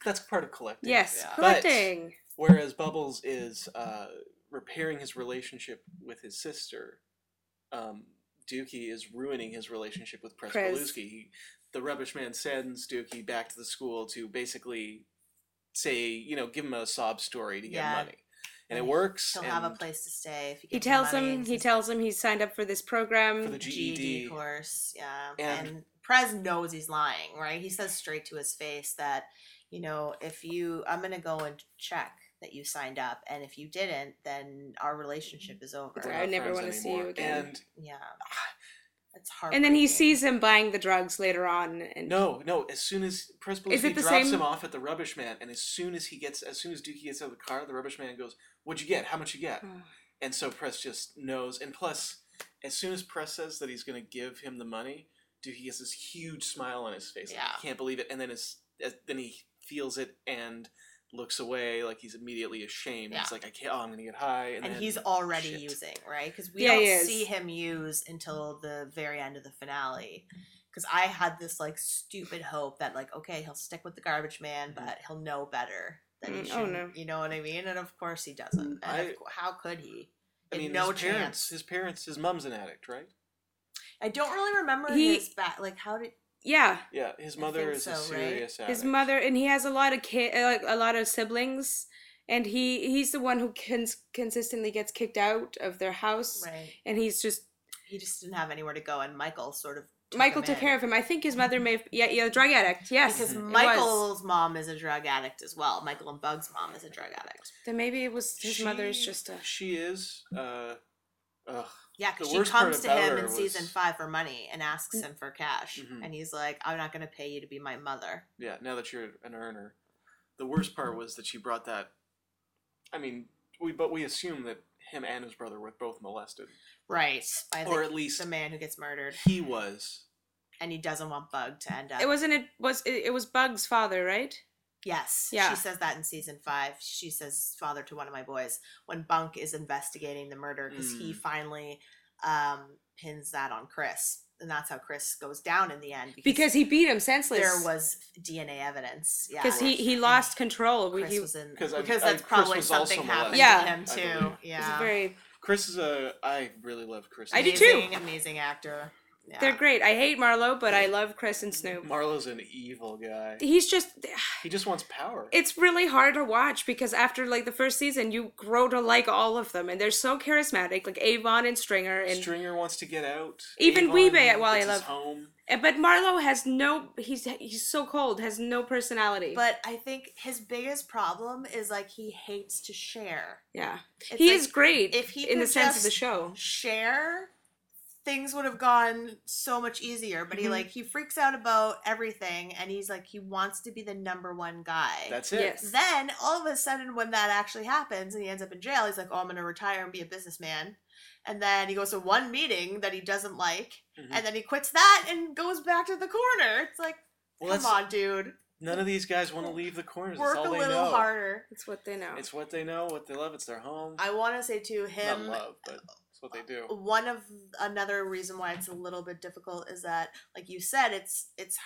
D: that's part of collecting.
E: Yes,
F: Yeah.
D: But-
E: collecting.
D: Whereas Bubbles is uh, repairing his relationship with his sister, um, Dookie is ruining his relationship with Press
E: Prez.
D: Paluski. He, the rubbish man sends Dookie back to the school to basically say, you know, give him a sob story to get
F: Yeah.
D: money. And it works.
F: he'll have a
D: and-
F: place to stay if you
E: he
F: give
E: tells
F: money
E: him
F: and
E: he tells him he's signed up for this program
D: For the E
F: GED,
D: GED.
F: course, yeah.
D: And-
F: And, Prez knows he's lying, right? He says straight to his face that, you know, if you, I'm gonna go and check that you signed up, and if you didn't, then our relationship is over.
D: We're
E: I
D: not
E: never
D: friends
E: wanna see you
D: anymore.
E: again.
D: And
F: Yeah, it's hard.
E: and then he sees him buying the drugs later on and
D: no, no. As soon as Press Paluski
E: Is it the
D: drops
E: same-
D: him off at the rubbish man, and as soon as he gets, as soon as Dookie gets out of the car, the rubbish man goes, "What'd you get? How much you get?" And so Press just knows. And plus, as soon as Press says that he's going to give him the money, dude, he has this huge smile on his face. Like,
F: Yeah.
D: he can't believe it. And then his, as, then he feels it and looks away like he's immediately ashamed. He's
F: Yeah.
D: like, I can't. Oh, I'm going to get high. And,
F: and
D: then,
F: he's already
D: shit.
F: using, right? Because we
E: Yeah, he
F: don't
E: is.
F: see him use until the very end of the finale. Because I had this like stupid hope that like, okay, he'll stick with the garbage man, but he'll know better. That he
E: Mm,
F: should,
E: oh,
F: not
E: no.
F: you know what I mean? And of course he doesn't. And
D: Mm, I-
F: of, cou- how could he?
D: I
F: And
D: mean,
F: no
D: his parents,
F: chance.
D: his parents, his mom's an addict, right?
F: I don't really remember
E: He-
F: his back. Like, how did?
E: yeah
D: Yeah, his
F: I
D: mother
F: think
D: is a
F: so, right?
D: serious addict.
E: his mother and he has a lot of kid like a lot of siblings and he he's the one who cons- consistently gets kicked out of their house
F: Right.
E: and he's just
F: He just didn't have anywhere to go, and Michael sort of.
E: Michael took care of him. I think his mother may have yeah, yeah, drug addict. Yes.
F: Because
E: it was.
F: Michael's mom is a drug addict as well. Michael and Bug's mom is a drug addict.
E: then maybe it was his mother's
D: She-
E: just a
D: She is. Uh, ugh.
F: Yeah,
D: The
F: because she
D: worst part
F: comes to
D: about
F: him
D: her
F: in season
D: was-
F: five for money and
E: Mm.
F: asks him for cash,
D: Mhm.
F: and he's like, "I'm not going to pay you to be my mother."
D: Yeah, now that you're an earner. The worst part was that she brought that. I mean, we but we assume that him and his brother were both molested,
F: Right. By the,
D: or at least
F: the man who gets murdered.
D: he was
F: and he doesn't want Bug to end up.
E: It wasn't. It was. It, it was Bug's father, right?
F: Yes.
E: Yeah.
F: She says that in season five. She says father to one of my boys when Bunk is investigating the murder because he
E: Mm.
F: finally um, pins that on Chris. And that's how Chris goes down in the end
E: Because he beat him senseless.
F: there was DNA evidence. Yeah.
E: Because he, he lost control. We-
F: Chris
E: he,
F: was in
D: 'Cause I-
F: because
D: I-
F: that's
D: Chris
F: probably
D: was also
F: something happened
D: molested.
F: to
E: Yeah.
F: him
D: I
F: too.
D: believe.
E: It's
F: Yeah.
E: very.
D: Chris is a. I really love Chris.
E: I do too.
F: amazing, Amazing actor. Yeah.
E: They're great. I hate Marlowe, but I love Chris and Snoop.
D: Marlowe's an evil guy.
E: He's just.
D: He just wants power.
E: It's really hard to watch because after like the first season, you grow to like all of them, and they're so charismatic, like Avon and Stringer, and
D: Stringer wants to get out.
E: Even
D: Avon
E: Weebay, while I
D: gets his
E: love-
D: home.
E: and- but Marlowe has no. He's he's so cold, has no personality.
F: But I think his biggest problem is like he hates to share.
E: yeah,
F: It's
E: he
F: like,
E: is great
F: if he
E: in the
F: could
E: sense of the
F: just
E: show.
F: share things would have gone so much easier but he
E: Mhm.
F: like he freaks out about everything and he's like he wants to be the number one guy
D: That's it.
E: Yes.
F: then all of a sudden when that actually happens and he ends up in jail he's like oh i'm gonna retire and be a businessman and then he goes to one meeting that he doesn't like
D: Mhm.
F: and then he quits that and goes back to the corner it's like
D: Well,
F: come
D: that's-
F: on dude
D: None of these guys want to leave the corners.
F: work
D: it's
F: a
D: all they
F: little
D: know.
F: harder
E: That's what they know.
D: It's what they know, what they love. It's their home.
F: i want to say to
D: Not
F: him
D: love, but
E: uh,
D: it's what they
E: oh.
D: do.
F: one of another reason why it's a little bit difficult is that like you said it's it's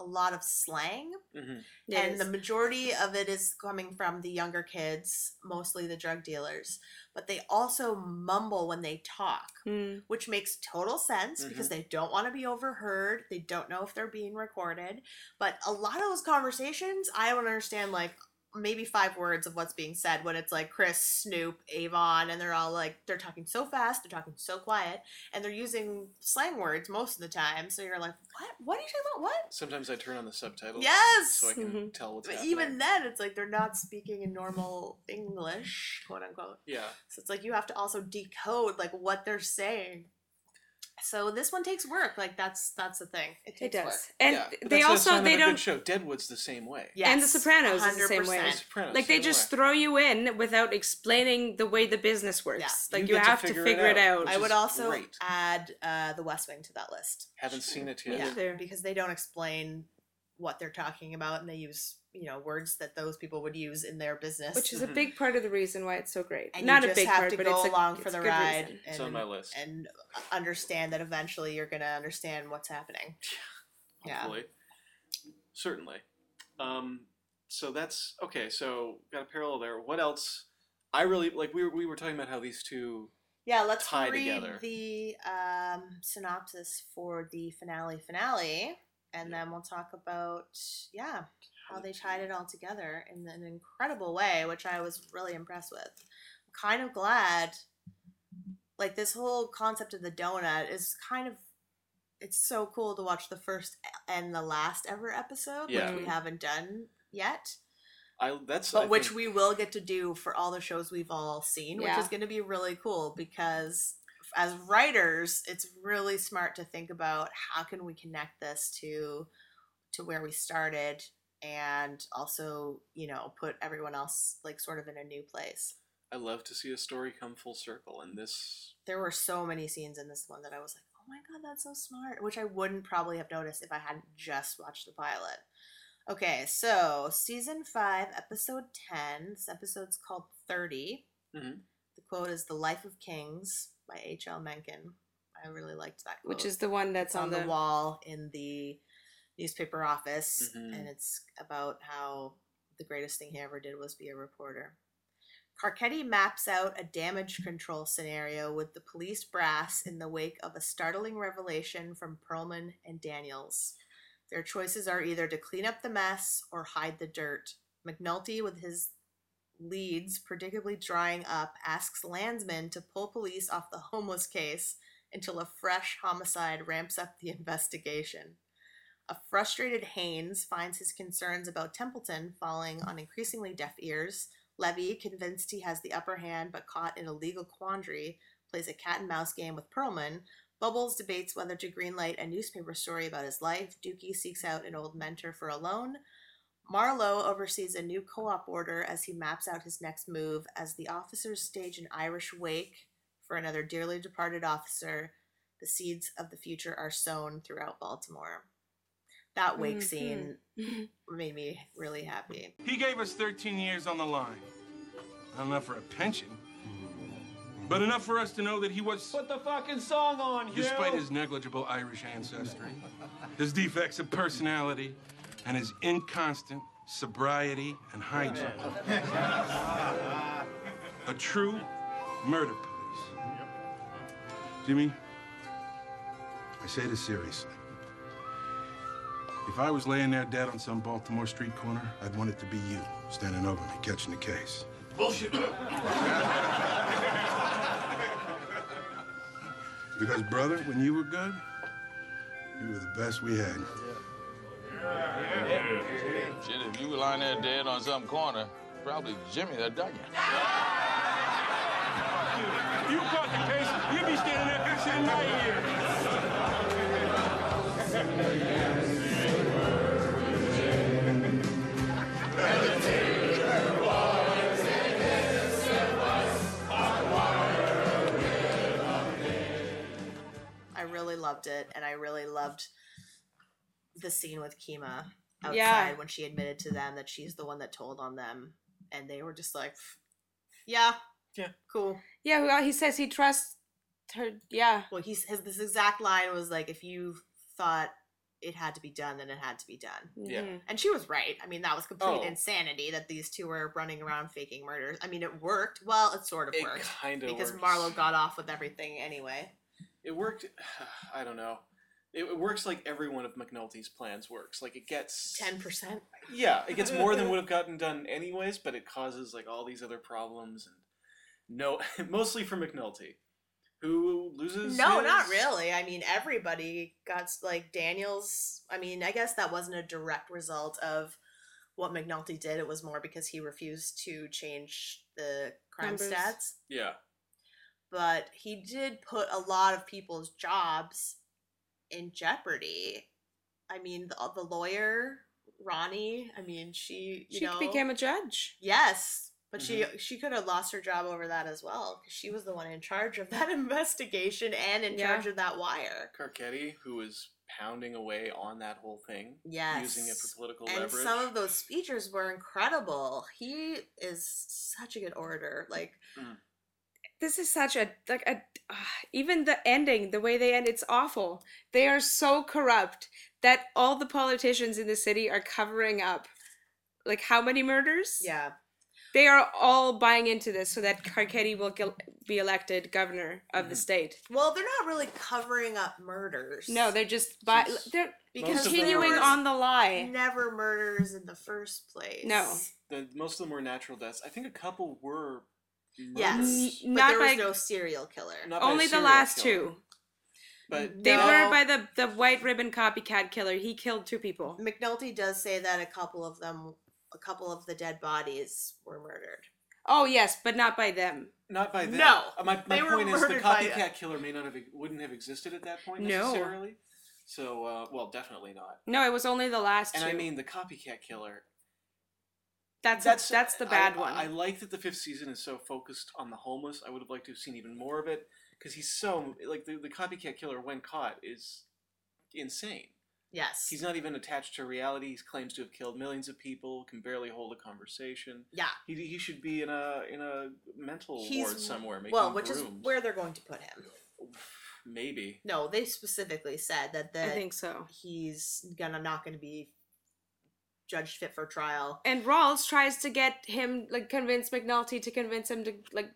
F: a lot of slang
D: Mhm.
E: It
F: and
E: is.
F: the majority of it is coming from the younger kids mostly the drug dealers but they also mumble when they talk
E: Mm.
F: which makes total sense because
E: Mm-hmm.
F: they don't want to be overheard they don't know if they're being recorded but a lot of those conversations i don't understand like maybe five words of what's being said when it's like Chris, Snoop, Avon, and they're all like they're talking so fast, they're talking so quiet, and they're using slang words most of the time. So you're like, what? What are you talking about? What?
D: Sometimes I turn on the subtitles.
F: Yes.
D: So I can
E: Mhm.
D: tell what's
F: but
D: happening.
F: even then, it's like they're not speaking in normal English, quote unquote.
D: Yeah.
F: So it's like you have to also decode like what they're saying. So this one takes work. Like that's that's the thing. It
E: It
F: takes
E: does,
F: work.
E: and
D: yeah. but
E: they
D: that's a sign
E: also
D: of
E: they
D: a
E: don't
D: Good show. Deadwood's the same way.
F: Yes,
E: And The Sopranos is the same way.
F: 100%.
D: Sopranos,
E: like they
D: same
E: just
D: way.
E: throw you in without explaining the way the business works.
F: Yeah.
E: Like
D: You
E: you,
D: get to
E: have to
D: figure
E: figure,
D: it
E: it
D: out,
E: out.
D: which
F: I would
D: is
F: also
D: great.
F: add uh, the West Wing to that list.
D: Haven't seen it yet.
E: Yeah. either.
F: because they don't explain what they're talking about and they use you know words that those people would use in their business
E: which is a
D: Mhm.
E: big part of the reason why it's so great.
F: and
E: Not
F: you
E: a
F: just
E: big
F: have
E: part,
F: to
E: but
F: go
E: it's a,
F: along
E: it's
F: for the
E: a good
F: ride
E: reason.
F: and
D: It's on my list.
F: and understand that eventually you're gonna understand what's happening yeah
D: Hopefully. Certainly. Um, so that's okay. So got a parallel there. What else? I really like. We were, we were talking about how these two.
F: yeah let's
D: tie
F: read
D: together.
F: the um, synopsis for the finale finale and then we'll talk about yeah how they tied it all together in an incredible way, which I was really impressed with. I'm kind of glad, like this whole concept of the donut is kind of it's so cool to watch the first and the last ever episode,
D: Yeah.
F: which we haven't done yet,
D: I that's
F: but
D: I
F: which
D: think-
F: we will get to do for all the shows we've all seen,
E: Yeah.
F: which is going to be really cool because as writers, it's really smart to think about how can we connect this to to where we started and also, you know, put everyone else like sort of in a new place.
D: I love to see a story come full circle, and this
F: There were so many scenes in this one that I was like, "Oh my god, that's so smart," which I wouldn't probably have noticed if I hadn't just watched the pilot. Okay, so season 5, episode 10. This episode's called 30.
E: Mm-hmm.
D: Mhm.
F: The quote is The Life of Kings by H.L. Mencken. I really liked that quote
E: Which is the one that's
F: it's on the,
E: wall.
F: wall in the newspaper office
D: Mhm.
F: and it's about how the greatest thing he ever did was be a reporter carcetti maps out a damage control scenario with the police brass in the wake of a startling revelation from perlman and daniels their choices are either to clean up the mess or hide the dirt mcnulty with his leads predictably drying up asks landsman to pull police off the homeless case until a fresh homicide ramps up the investigation. A frustrated Haynes finds his concerns about Templeton falling on increasingly deaf ears. Levy, convinced he has the upper hand but caught in a legal quandary, plays a cat and mouse game with Perlman. Bubbles debates whether to greenlight a newspaper story about his life. Dookie seeks out an old mentor for a loan. Marlowe oversees a new co op order as he maps out his next move as the officers stage an Irish wake for another dearly departed officer. the seeds of the future are sown throughout Baltimore. That wake
D: Mm-hmm.
L: Mhm.
F: scene made me really happy.
I: He gave us 13 years on the line. Not enough for a pension, but enough for us to know that he was. Put the fucking song on,
M: Hugh.
I: Despite his negligible Irish ancestry, his defects of personality, and his inconstant sobriety and hygiene. A true murder police. Jimmy, I say this seriously. If I was laying there dead on some Baltimore street corner, I'd want it to be you standing over me catching the case.
M: Bullshit.
I: Because, brother, when you were good, you were the best we had.
N: Shit, if you were lying there dead on some corner, probably Jimmy that done you.
I: You caught the case, you'd be standing there fixing my
F: I really loved it, and I really loved the scene with Kima outside
E: Yeah.
F: when she admitted to them that she's the one that told on them, and they were just like, "Yeah,
D: yeah,
F: cool."
E: Yeah, well, he says he trusts her. Yeah.
F: Well, he's his this exact line was like, "If you thought it had to be done, then it had to be done."
D: Yeah.
E: Mm-hmm.
D: Mhm.
F: and she was right. I mean, that was complete
D: Oh.
F: insanity that these two were running around faking murders. I mean, it worked. Well, it sort of
D: It
F: worked
D: kinda
F: because
D: works.
F: Marlowe got off with everything anyway.
D: It worked. I don't know. It, it works like every one of McNulty's plans works. Like it gets
F: Ten percent.
D: Yeah, it gets more than would have gotten done anyways, but it causes like all these other problems and no, mostly for McNulty, who loses.
F: No,
D: his-
F: not really. I mean, everybody got s- like Daniels. I mean, I guess that wasn't a direct result of what McNulty did. It was more because he refused to change the crime
E: Numbers.
F: stats.
D: Yeah.
F: But he did put a lot of people's jobs in jeopardy. I mean, the, the lawyer Ronnie. I mean, she you
E: She
F: know,
E: became a judge.
F: Yes, but
D: Mm-hmm.
F: she she could have lost her job over that as well because she was the one in charge of that investigation and in charge of that wire.
D: Carcetti, who is pounding away on that whole thing,
F: Yes,
D: using it for political
F: and
D: leverage.
F: some of those speeches were incredible. He is such a good orator. Like
E: This is such a like a uh, even the ending, the way they end, it's awful. They are so corrupt that all the politicians in the city are covering up. Like how many murders?
F: Yeah.
E: They are all buying into this so that Carcetti will gel- be elected governor of the state.
F: Well, they're not really covering up murders.
E: No, they're Mm-hmm. just by, they're
F: Because
E: continuing
F: there
E: on
F: was
E: the lie.
F: Never murders in the first place.
D: The, most of them were natural deaths. I think a couple were.
F: Yes,
D: murders.
F: but there was no serial killer.
D: Not by a
E: Only the
D: serial
E: last
D: killer.
E: two.
D: But
E: They
D: no,
E: were by the the white ribbon copycat killer. He killed two people.
F: McNulty does say that a couple of them, a couple of the dead bodies were murdered.
E: Oh yes, but not by them.
D: Not by them.
E: No,
D: Uh, My, my
E: they were
D: point is the
E: murdered by-
D: copycat killer may not have e, wouldn't have existed at that point
E: No.
D: necessarily. So uh, well, definitely not.
E: No, it was only the last
D: And
E: two.
D: I mean the copycat killer.
E: that's
D: that's-
E: that's, the bad
D: I,
E: one.
D: I like that the fifth season is so focused on the homeless. I would have liked to have seen even more of it because he's so like the, the copycat killer when caught is insane.
F: Yes.
D: He's not even attached to reality. He claims to have killed millions of people, can barely hold a conversation.
F: Yeah.
D: He, he should be in a in a mental ward somewhere making
F: well, which is
D: brooms.
F: where they're going to put him.
D: Maybe.
F: No, they specifically said that that
E: think so.
F: He's gonna not gonna be judged fit for trial.
E: and Rawls tries to get him like convince McNulty to convince him to like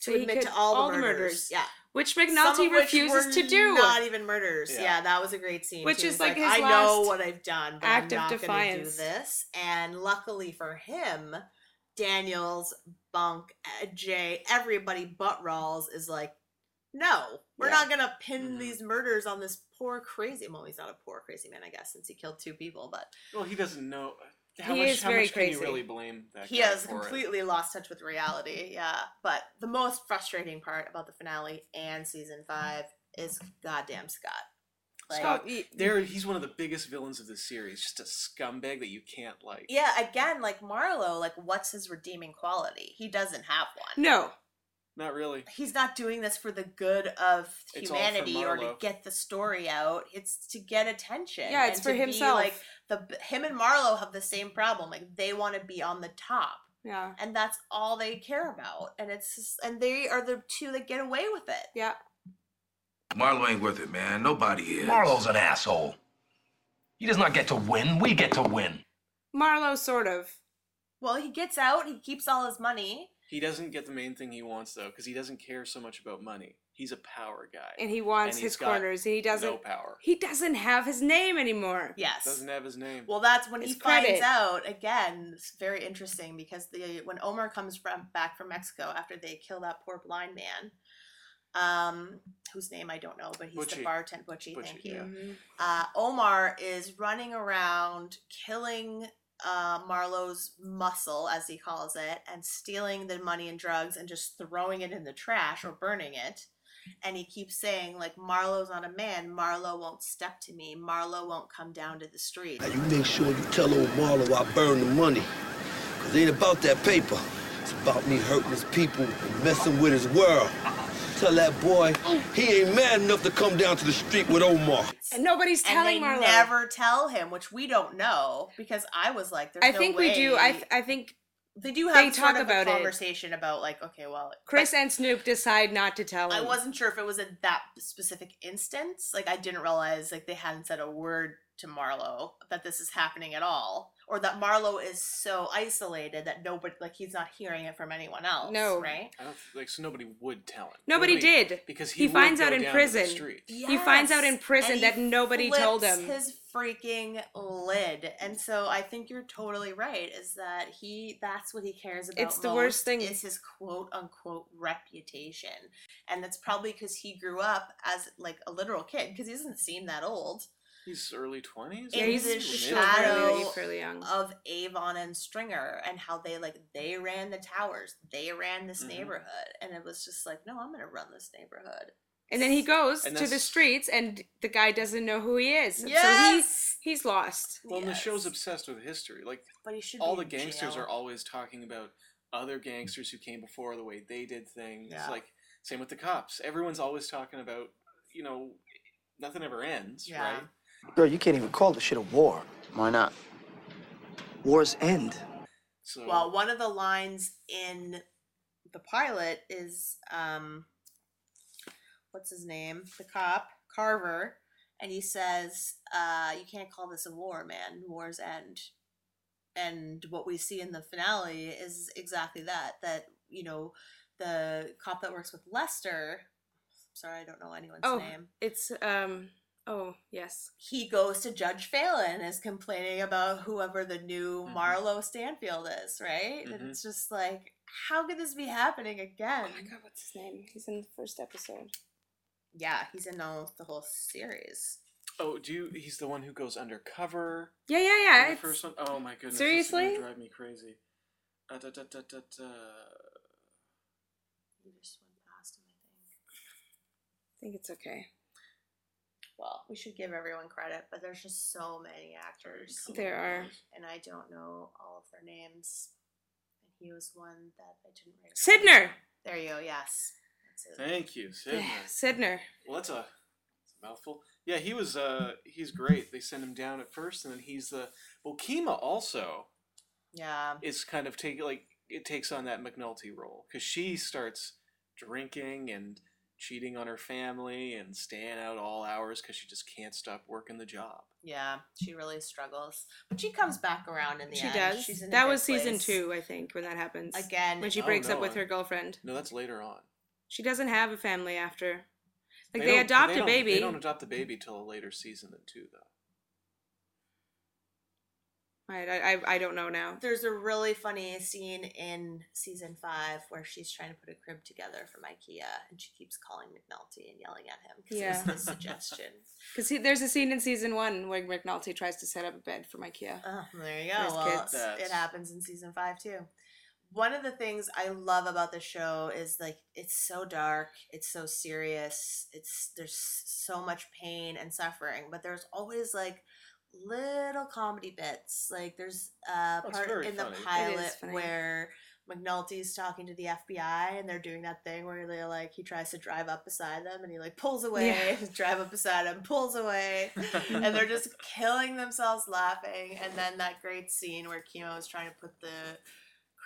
F: To
E: that he
F: admit
E: could-
F: to all the murders, yeah.
E: which
F: Some
E: McNulty
F: of which
E: refuses
F: were
E: to do.
F: Not even murders.
E: Yeah.
F: Yeah, that was a great scene.
E: Which
F: too.
E: is
F: He's
E: like his
F: I know
E: last
F: what I've done, but
E: act of
F: I'm not gonna do
E: defiance."
F: this. And luckily for him, Daniels, Bunk, eh, Jay, everybody but Rawls is like, no, we're
E: Yeah. Mm-hmm.
F: not gonna pin these murders on this poor crazy. Well, he's not a poor crazy man, I guess, since he killed two people, but
D: Well, he doesn't know. uh, How
E: He
D: much,
E: is
D: how
E: very
D: much
E: crazy.
D: Can you really blame that
F: he
D: guy
F: has
D: for it?
F: completely lost touch with reality yeah but the most frustrating part about the finale and season five is goddamn scott Like-
D: Scott, there he's one of the biggest villains of this series. Just a scumbag that you can't like.
F: yeah again like marlowe like what's his redeeming quality he doesn't have one
E: No.
D: Not really.
F: He's not doing this for the good of
D: It's all for
F: humanity or to
D: Marlo.
F: get the story out. It's to get attention.
E: Yeah, it's
F: and
E: for
F: to be,
E: himself.
F: like the him and Marlo have the same problem. Like they want to be on the top,
E: Yeah.
F: and that's all they care about. And it's just, and they are the two that get away with it.
E: Yeah.
L: Marlo ain't worth it, man. Nobody is.
M: Marlo's an asshole. He does not get to win. We get to win.
E: Marlo, sort of.
F: Well, he gets out. He keeps all his money.
D: He doesn't get the main thing he wants though, because he doesn't care so much about money. He's a power guy,
E: And he wants
D: And
E: his
D: he's got
E: corners, and he doesn't.
D: No power.
E: He doesn't have his name anymore.
F: Yes.
D: Doesn't have his name.
F: Well, that's when he
E: His
F: finds
E: credit.
F: out again. It's very interesting because the when Omar comes from back from Mexico after they kill that poor blind man, um, whose name I don't know, but he's the
E: Butchie.
F: bartender Butchie.
E: Butchie,
F: thank you.
E: yeah.
F: Uh, Omar is running around killing uh, Marlowe's muscle, as he calls it, and stealing the money and drugs and just throwing it in the trash or burning it. And he keeps saying, like, Marlowe's not a man. Marlo won't step to me. Marlo won't come down to the street.
O: Now, you make sure you tell old Marlo I burn the money. Cause it ain't about that paper. It's about me hurting his people and messing with his world. Tell that boy he ain't mad enough to come down to the street with Omar.
E: And nobody's telling
F: and
E: Marlo.
F: they never tell him, which we don't know because I was like, there's
E: I
F: no
E: think we do.
F: way-
E: I th- I think
F: they do
E: They
F: have
E: talk
F: sort of
E: about
F: a
E: it.
F: conversation about like, okay, well,
E: Chris and Snoop decide not to tell him.
F: I wasn't sure if it was in that specific instance. Like I didn't realize like they hadn't said a word to Marlo that this is happening at all, or that Marlo is so isolated that nobody like he's not hearing it from anyone else. right?
D: I don't like so nobody would tell him.
E: Nobody did
D: because he,
E: he,
D: would
E: finds
D: go
E: out in
D: down to the
E: prison.
D: street.
E: He finds out in
F: Yes,
E: prison
F: and
E: that
F: he
E: nobody told
F: flips
E: him.
F: his freaking lid. And so I think you're totally right. Is that he? That's what he cares about.
E: It's the worst
F: most,
E: thing.
F: Is his quote unquote reputation, and that's probably because he grew up as like a literal kid because he doesn't seem that old.
D: He's early twenties.
F: in the shadow of Avon and Stringer and how they like they ran the towers, they ran this
E: Mhm.
F: neighborhood, and it was just like, no, I'm gonna run this neighborhood.
E: And then he goes
D: And
E: to the
D: that's-
E: streets, and the guy doesn't know who he is.
F: Yes!
E: So he, he's lost.
D: Well, and the show's obsessed with history. Like,
F: But he should
D: all
F: be
D: the
F: in
D: gangsters
F: jail. Mm.
D: are always talking about other gangsters who came before, the way they did things.
F: Yeah.
D: Like, same with the cops. Everyone's always talking about, you know, nothing ever ends,
F: Yeah.
D: right?
P: Bro, you can't even call this shit a war. Why not? Wars end.
D: So
F: Well, one of the lines in the pilot is um what's his name? The cop, Carver, and he says, uh, you can't call this a war, man. War's end. And what we see in the finale is exactly that. That, you know, the cop that works with Lester sorry, I don't know anyone's
E: Oh,
F: name.
E: it's um. Oh yes.
F: He goes to Judge Phelan and is complaining about whoever the new
E: Mhm.
F: Marlo Stanfield is, right? And it's just like, how could this be happening again?
E: Mm-hmm. Oh my god, what's his name? He's in the first episode.
F: Yeah, he's in almost the whole series.
D: Oh, do you? He's the one who goes undercover.
E: Yeah, yeah,
D: in
E: yeah.
D: The
E: it's-
D: first one. Oh my goodness. This
E: Seriously?
D: is gonna drive me crazy. Uh, da, da, da, da, da.
F: You just went past him, I think.
E: I think it's okay.
F: Well, we should give everyone credit, but there's just so many actors.
E: There are.
F: And I don't know all of their names. And he was one that I didn't read.
E: Sidner.
F: There you go, yes. That's it.
D: Thank you, Sidney.
E: Sidner.
D: Well, that's a, that's a mouthful. Yeah, he was. Uh, he's great. They send him down at first, and then he's the. Well, Kima also
F: Yeah.
D: is kind of taking like it takes on that McNulty role because she starts drinking and cheating on her family and staying out all hours because she just can't stop working the job.
F: Yeah, she really struggles. But she comes back around in the
E: She
F: end.
E: does.
F: She's in a
E: that
F: good
E: was season
F: place.
E: two, I think, when that happens.
F: Again.
E: When she
D: Oh,
E: breaks
D: no,
E: up with
D: I-
E: her girlfriend.
D: No, that's later on.
E: She doesn't have a family after. Like they,
D: don't-
E: adopt a
D: don't-
E: baby.
D: They don't adopt the baby till a later season than two, though.
E: Right, I, I I don't know now.
F: There's a really funny scene in season five where she's trying to put a crib together from IKEA, and she keeps calling McNulty and yelling at him because
E: Yeah.
F: it's the suggestion.
E: Because there's a scene in season one where McNulty tries to set up a bed from IKEA.
F: Oh, there you
E: For
F: go.
E: his
F: Well,
E: kids.
F: it happens in season five too. One of the things I love about the show is like it's so dark, it's so serious, it's there's so much pain and suffering, but there's always like little comedy bits. Like there's a
E: it's
F: part
E: very
F: in the
E: funny. It is
F: pilot
E: funny.
F: where McNulty's talking to the FBI and they're doing that thing where they like he tries to drive up beside them and he like pulls away,
E: Yeah.
F: drive up beside him, pulls away, and they're just killing themselves laughing. And then that great scene where Kimo is trying to put the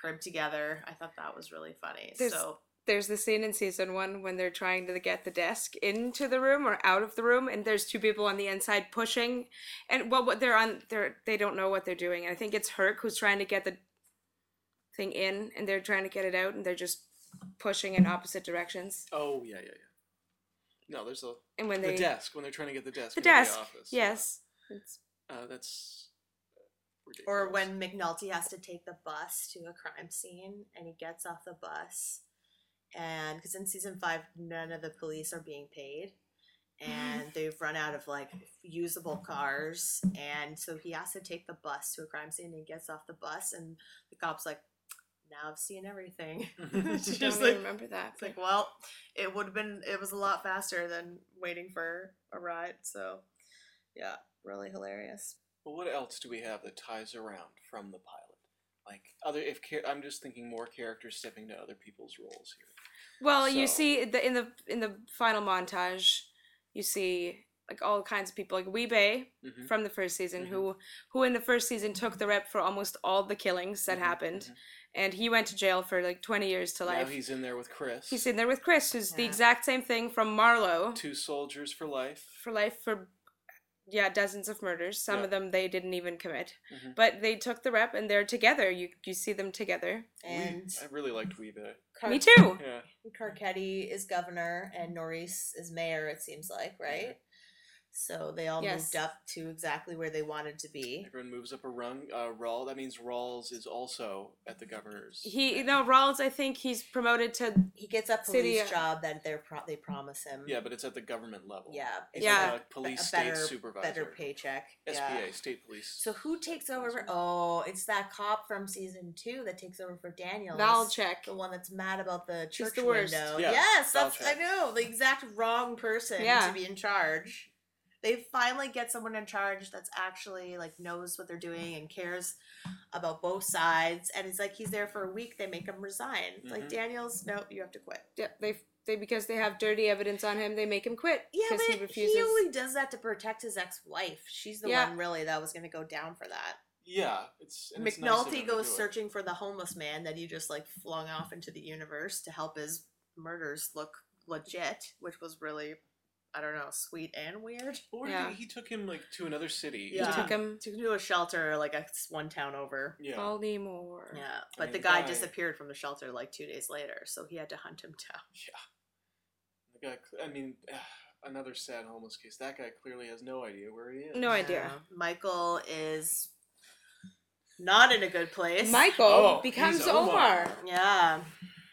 F: crib together. I thought that was really funny.
E: There's,
F: so
E: there's the scene in season one when they're trying to get the desk into the room or out of the room, and there's two people on the inside pushing, and well, what they're on, they're they don't know what they're doing, and I think it's Herc who's trying to get the thing in, and they're trying to get it out, and they're just pushing in opposite directions.
D: Oh yeah, yeah, yeah. No, there's a
E: And when they-
D: the desk when they're trying to get the desk
E: The
D: into
E: desk,
D: the office.
E: yes, it's
D: Uh, that's
F: Or when McNulty has to take the bus to a crime scene and he gets off the bus. And because in season five, none of the police are being paid. And they've run out of like usable cars. And so he has to take the bus to a crime scene and he gets off the bus. And the cop's like, now I've seen everything. She's
E: Don't
F: just
E: even remember that.
F: It's like, well, it would have been, it was a lot faster than waiting for a ride. So, yeah, really hilarious.
D: Well, what else do we have that ties around from the pilot? Like other, if cha- I'm just thinking more characters stepping into other people's roles here.
E: Well, you
D: So-
E: see the in the in the final montage, you see like all kinds of people like Weebay
D: Mhm.
E: from the first season who who in the first season took the rep for almost all the killings that happened and he went to jail for like 20 years to
D: Mm-hmm. Now
E: life.
D: he's in there with Chris.
E: He's in there with Chris who's the exact same thing from Marlowe
D: Two soldiers for life.
E: for life for yeah, dozens of murders. Some
D: Yeah.
E: of them they didn't even commit.
D: Mhm.
E: But they took the rep and they're together. You you see them together.
D: We- I really liked Weebay.
F: Car-
E: Me too.
D: Yeah.
F: Carcetti is governor and Norris is mayor, it seems like, right? So they all
D: Yes.
F: moved up to exactly where they wanted to be.
D: Everyone moves up a rung. Uh, Rawl. That means Rawls is also at the governor's.
E: He no, Rawls I think he's promoted to
F: He gets a
E: City-
F: police job that they're pro- they promise him.
D: Yeah, but it's at the government level.
F: Yeah.
D: It's
F: Yeah.
D: Like a police
F: A
D: state
F: better-
D: supervisor.
F: better paycheck.
D: SPA,
F: Yeah.
D: state police.
F: So who takes over? Oh, it's that cop from season two that takes over for Daniel.
E: Valchek.
F: the one that's mad about the
E: He's
F: church
E: the worst.
F: window.
E: Yeah,
F: yes, that's I
E: Valchek.
F: know the exact wrong person
E: Yeah.
F: to be in charge. They finally get someone in charge that's actually like knows what they're doing and cares about both sides. And it's like he's there for a week. They make him resign. It's Like
E: Mhm.
F: Daniel's, nope, you have to quit.
E: Yeah, they they because they have dirty evidence on him, they make him quit
F: Yeah,
E: because
F: but
E: he
F: he,
E: refuses.
F: only does that to protect his ex-wife. She's the
E: Yeah.
F: one really that was going to go down for that.
D: Yeah, it's and it's nice of
F: McNulty
D: him to
F: goes
D: do it.
F: searching for the homeless man that he just like flung off into the universe to help his murders look legit, which was really, I don't know, sweet and weird.
D: Or
E: Yeah.
D: he, he took him like to another city.
F: Yeah.
E: took him
F: to do a shelter like a s- one town over.
D: Yeah.
E: Baltimore.
F: Yeah,
D: I
F: but
D: mean,
F: the
D: the
F: guy,
D: guy-
F: disappeared from the shelter like two days later, so he had to hunt him down.
D: The guy, cl- I mean, another sad homeless case. That guy clearly has no idea where he is.
E: No idea.
F: Michael is not in a good place.
E: Michael
D: Oh,
E: becomes
D: he's Omar.
E: Omar.
F: Yeah.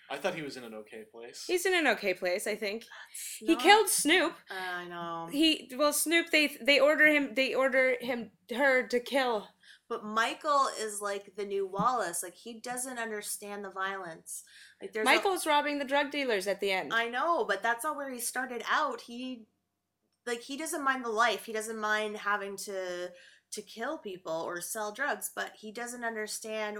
D: I thought he was in an okay place.
E: He's in an okay place, I think. He
F: not-
E: killed Snoop.
F: I
D: Um,
F: know.
E: He well, Snoop. They they order him. They order him her to kill.
F: But Michael is like the new Wallace. Like he doesn't understand the violence. Like there's a-
E: Michael's robbing the drug dealers at the end.
F: I know, but that's not where he started out. He like he doesn't mind the life. He doesn't mind having to to kill people or sell drugs, but he doesn't understand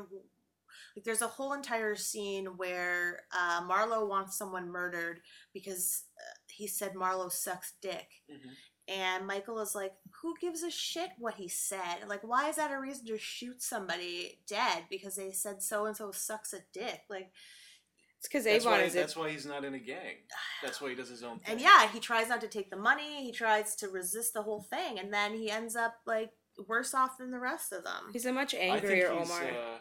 F: like there's a whole entire scene where uh, Marlowe wants someone murdered because uh, he said Marlowe sucks dick.
D: Mm-hmm.
F: And Michael is like, who gives a shit what he said? Like, why is that a reason to shoot somebody dead because they said so and so sucks a dick? Like,
E: it's because
D: That's why, that's why he's not in a gang. That's why he does his own thing.
F: And yeah, he tries not to take the money. He tries to resist the whole thing, and then he ends up like worse off than the rest of them.
E: He's a much
D: I think
E: angrier
D: he's,
E: Omar.
D: uh,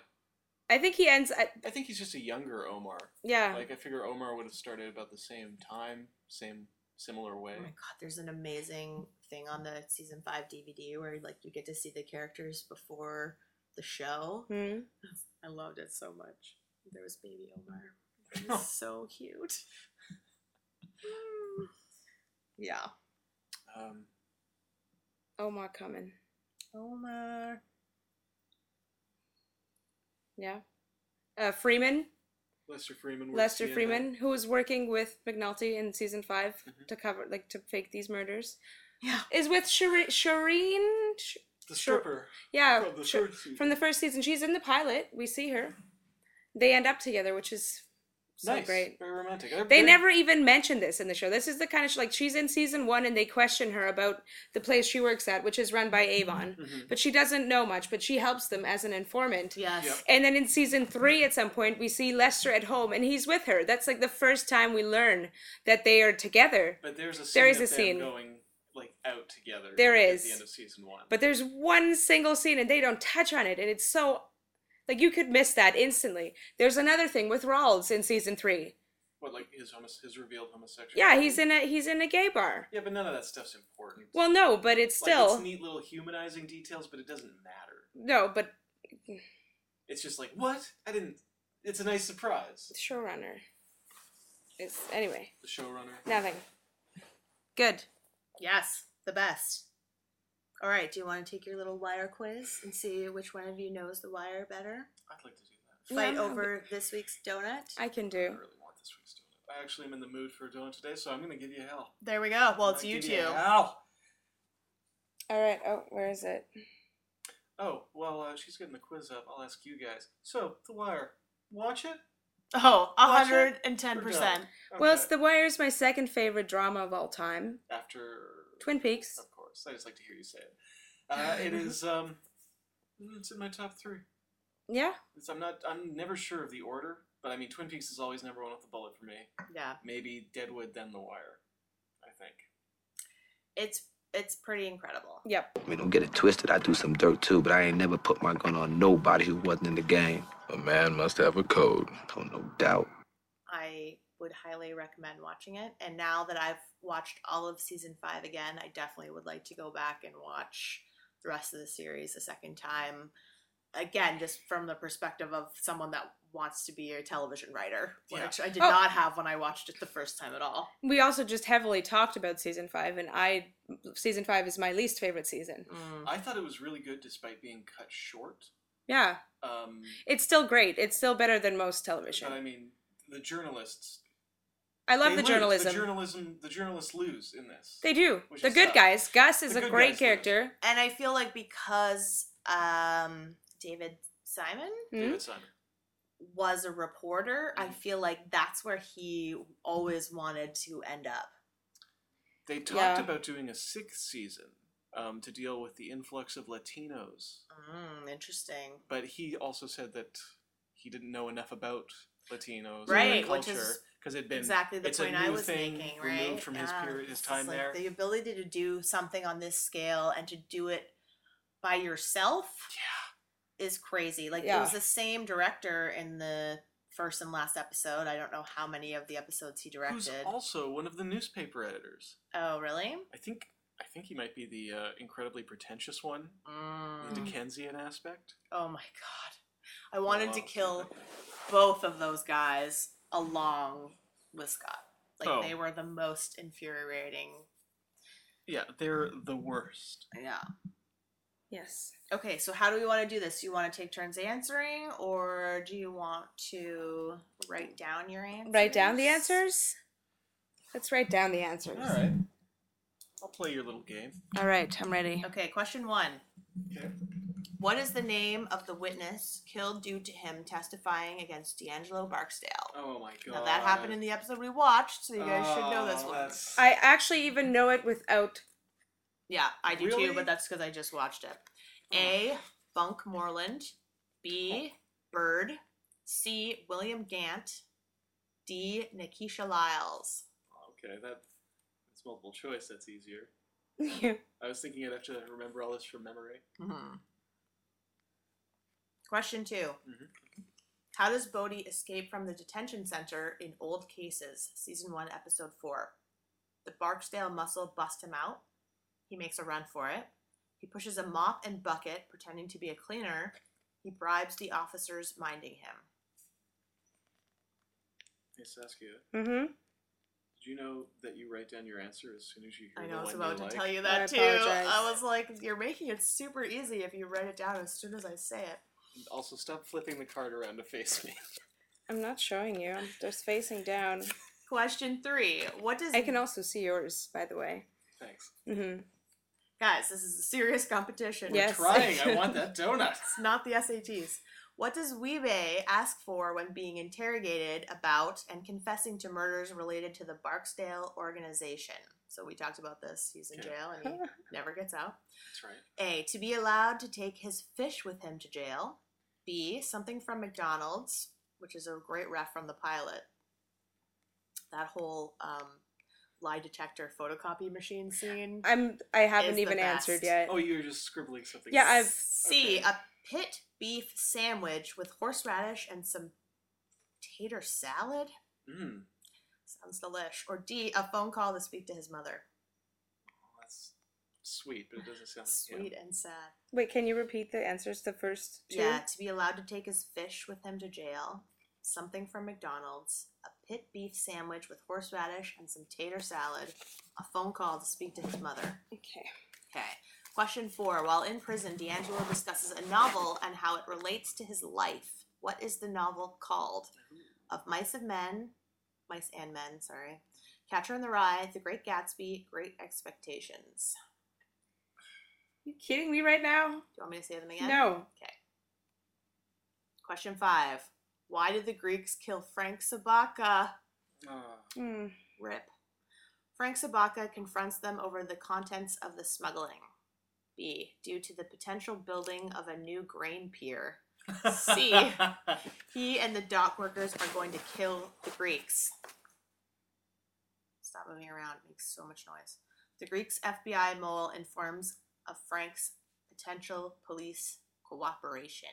E: I think he ends. At,
D: I think he's just a younger Omar.
E: Yeah.
D: Like I figure Omar would have started about the same time, same similar way.
F: Oh my god, there's an amazing thing on the season five DVD where like you get to see the characters before the show.
E: Mhm.
F: I loved it so much. There was baby Omar. He was so cute. yeah.
D: Um,
E: Omar coming.
F: Omar.
E: Yeah. Uh, Freeman.
D: Lester Freeman. Mm-hmm. works
E: Lester
D: the, uh,
E: Freeman, who was working with McNulty in season 5 to cover, like, to fake these murders.
F: Yeah.
E: Is with Shireen. Shireen Sh-
D: The
E: Shir-
D: stripper.
E: yeah.
D: from the
E: Shir-
D: third season.
E: from the first season. She's in the pilot. We see her. they end up together, which is so
D: nice.
E: great.
D: Very romantic. They're
E: They
D: very-
E: never even mention this in the show. This is the kind of sh- like she's in season one, and they question her about the place she works at, which is run by Avon,
D: Mm-hmm.
Q: Mhm.
E: but she doesn't know much. But she helps them as an informant.
Q: Yes. Yep.
E: And then in season three, at some point, we see Lester at home, and he's with her. That's like the first time we learn that they are together.
D: But there's a scene
E: there is
D: of
E: a
D: them
E: scene.
D: going like out together.
E: There
D: at
E: is.
D: the end of season one.
E: But there's one single scene and they don't touch on it, and it's so like you could miss that instantly. There's another thing with Rawls in season three.
D: what like his homos- his revealed homosexuality?
E: Yeah, he's in a he's in a gay bar.
D: Yeah, but none of that stuff's important.
E: Well, no, but it's still
D: like, it's neat little humanizing details, but it doesn't matter.
E: no, but
D: It's just like what I didn't. It's a nice surprise.
E: showrunner. It's anyway
D: The showrunner.
E: nothing. Good.
F: Yes, the best. All right, do you want to take your little wire quiz and see which one of you knows the wire better?
D: I'd like to do that.
F: Fight over this week's donut.
E: I can do.
D: I actually am in the mood for a donut today, so I'm gonna give you hell.
F: There we go. Well, it's
D: I'll
F: you
D: give you
F: two.
D: hell.
E: All right. Oh, where is it?
D: Oh well, uh, she's getting the quiz up. I'll ask you guys. So The Wire, watch it.
F: Oh,
D: Watch it or
F: 110%.
D: don't?
E: Well,
D: Okay.
E: it's The Wire is my second favorite drama of all time.
D: after
E: Twin Peaks.
D: Of course, I just like to hear you say it. Uh, it is. Um, it's in my top three.
E: Yeah.
D: It's, I'm not. I'm never sure of the order, but I mean, Twin Peaks is always number one with the bullet for me.
F: Yeah.
D: Maybe Deadwood, then The Wire. I think.
F: It's it's pretty incredible.
E: Yep.
G: I mean, don't get it twisted. I do some dirt too, but I ain't never put my gun on nobody who wasn't in the game. A man must have a code. Oh, no doubt.
F: I would highly recommend watching it. And now that I've watched all of season five again, I definitely would like to go back and watch the rest of the series a second time. Again, just from the perspective of someone that wants to be a television writer, which I did
E: Oh.
F: not have when I watched it the first time at all.
E: We also just heavily talked about season five, and I season five is my least favorite season.
F: Mm.
D: I thought it was really good, despite being cut short.
E: Yeah.
D: Um,
E: It's still great. It's still better than most television.
D: but I mean, the journalists.
E: I love
D: they
E: the
D: lose.
E: journalism.
D: The journalism. The journalists lose in this.
E: they do.
D: Which
E: The
D: is
E: good
D: tough.
E: guys. Gus is
D: The
E: a
D: good
E: great
D: guys
E: character.
F: And I feel like because um, David Simon
D: David Simon.
F: was a reporter, I feel like that's where he always wanted to end up.
D: They talked
F: Yeah.
D: about doing a sixth season um, to deal with the influx of Latinos,
F: Mm, interesting.
D: but he also said that he didn't know enough about Latinos
F: Right,
D: and
F: which
D: culture
F: is
D: because it'd been
F: exactly the
D: it's
F: point
D: a
F: I
D: new
F: was
D: thing
F: making, right?
D: removed from his
F: Yeah.
D: period, his
F: It's
D: time
F: like
D: there.
F: The ability to do something on this scale and to do it by yourself is crazy. Like it
E: Yeah.
F: was the same director in the first and last episode. I don't know how many of the episodes he
D: Who's
F: directed.
D: also one of the newspaper editors.
F: oh, really?
D: I think I think he might be the uh, incredibly pretentious one, the
F: Mm.
D: Dickensian aspect.
F: Oh my god. I wanted to
D: Wow.
F: kill both of those guys along with Scott. Like
D: Oh.
F: they were the most infuriating.
D: Yeah, they're the worst.
F: Yeah.
E: Yes.
F: Okay, so how do we want to do this? Do you want to take turns answering or do you want to write down your answers?
E: Write down the answers. Let's write down the answers.
D: All right, I'll play your little game.
E: All right, I'm ready.
F: Okay, question 1.
D: Okay.
F: What is the name of the witness killed due to him testifying against D'Angelo Barksdale?
D: Oh my god.
F: Now that happened in the episode we watched, so you guys should know this
D: Oh,
F: one.
D: that's-
E: I actually even know it without.
F: Yeah, I do
E: Really?
F: too, but that's because I just watched it. A. Bunk Moreland. B. Bird. C. William Gant. D. Nikisha Lyles.
D: Okay, that it's multiple choice. That's easier.
E: Yeah.
D: I was thinking I'd have to remember all this from memory.
F: Mhm. Question 2
D: Mhm.
F: How does Bodhi escape from the detention center in Old Cases, Season 1, Episode 4? The Barksdale muscle busts him out. He makes a run for it. He pushes a mop and bucket, pretending to be a cleaner. He bribes the officers minding him.
D: Hey Saskia,
E: Mm-hmm.
D: did you know that you write down your answer as soon as you hear
F: I
D: the
F: know, I was
D: one
F: about to
D: you like?
F: tell you
E: I
F: that too.
E: apologize.
F: I was like, you're making it super easy if you write it down as soon as I say it.
D: And Also, stop flipping the card around to face me.
E: I'm not showing you. I'm just facing down.
F: Question three. What does
E: I can also see yours, by the way.
D: Thanks.
E: Mm-hmm.
F: Guys, this is a serious competition.
E: We're Yes. trying.
D: I want that donut.
F: It's not the SATs. What does Weebay ask for when being interrogated about and confessing to murders related to the Barksdale organization? So we talked about this. He's in
D: Okay.
F: jail and he never gets out.
D: That's right.
F: A. To be allowed to take his fish with him to jail. B. Something from McDonald's, which is a great ref from the pilot. That whole um, lie detector photocopy machine scene.
E: I'm. I haven't
F: is the
E: even
F: best.
E: answered yet.
D: Oh, you were just scribbling something.
E: Yeah, I've-
F: C. A pit beef sandwich with horseradish and some tater salad.
D: Mm,
F: Sounds delish. Or D. A phone call to speak to his mother.
D: that's sweet, but it doesn't sound like
F: Sweet and sad.
E: Wait, can you repeat the answers? The first two.
F: Yeah, to be allowed to take his fish with him to jail, something from McDonald's, a pit beef sandwich with horseradish and some tater salad, a phone call to speak to his mother.
E: Okay.
F: Okay. Question four. While in prison, D'Angelo discusses a novel and how it relates to his life. What is the novel called? Of Mice of Men, Mice and Men, sorry. Catcher in the Rye, The Great Gatsby, Great Expectations.
E: You kidding me right now?
F: Do you want me to say them again?
E: No.
F: Okay. Question five. Why did the Greeks kill Frank Sabaka?
D: Ah.
E: Hmm.
F: Rip. Frank Sabaka confronts them over the contents of the smuggling. B. Due to the potential building of a new grain pier. C. He and the dock workers are going to kill the Greeks. Stop moving around, it makes so much noise. The Greeks' FBI mole informs of Frank's potential police cooperation.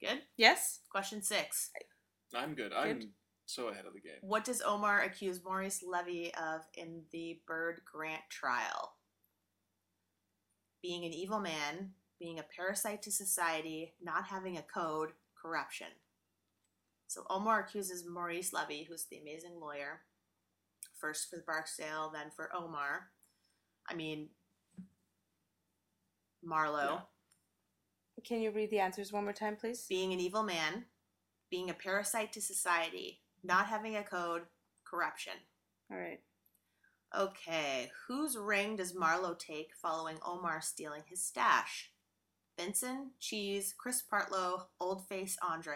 F: Good?
E: Yes.
F: Question six.
D: I'm good. I'm so ahead of the game.
F: What does Omar accuse Maurice Levy of in the Bird Grant trial? Being an evil man, being a parasite to society, not having a code, corruption. So Omar accuses Maurice Levy, who's the amazing lawyer, first for the Barksdale, then for Omar. I mean, Marlowe.
E: Can you read the answers one more time, please?
F: Being an evil man, being a parasite to society, not having a code, corruption.
E: All right.
F: Okay, whose ring does Marlowe take following Omar stealing his stash? Benson, Cheese, Chris Partlow, Old Face Andre.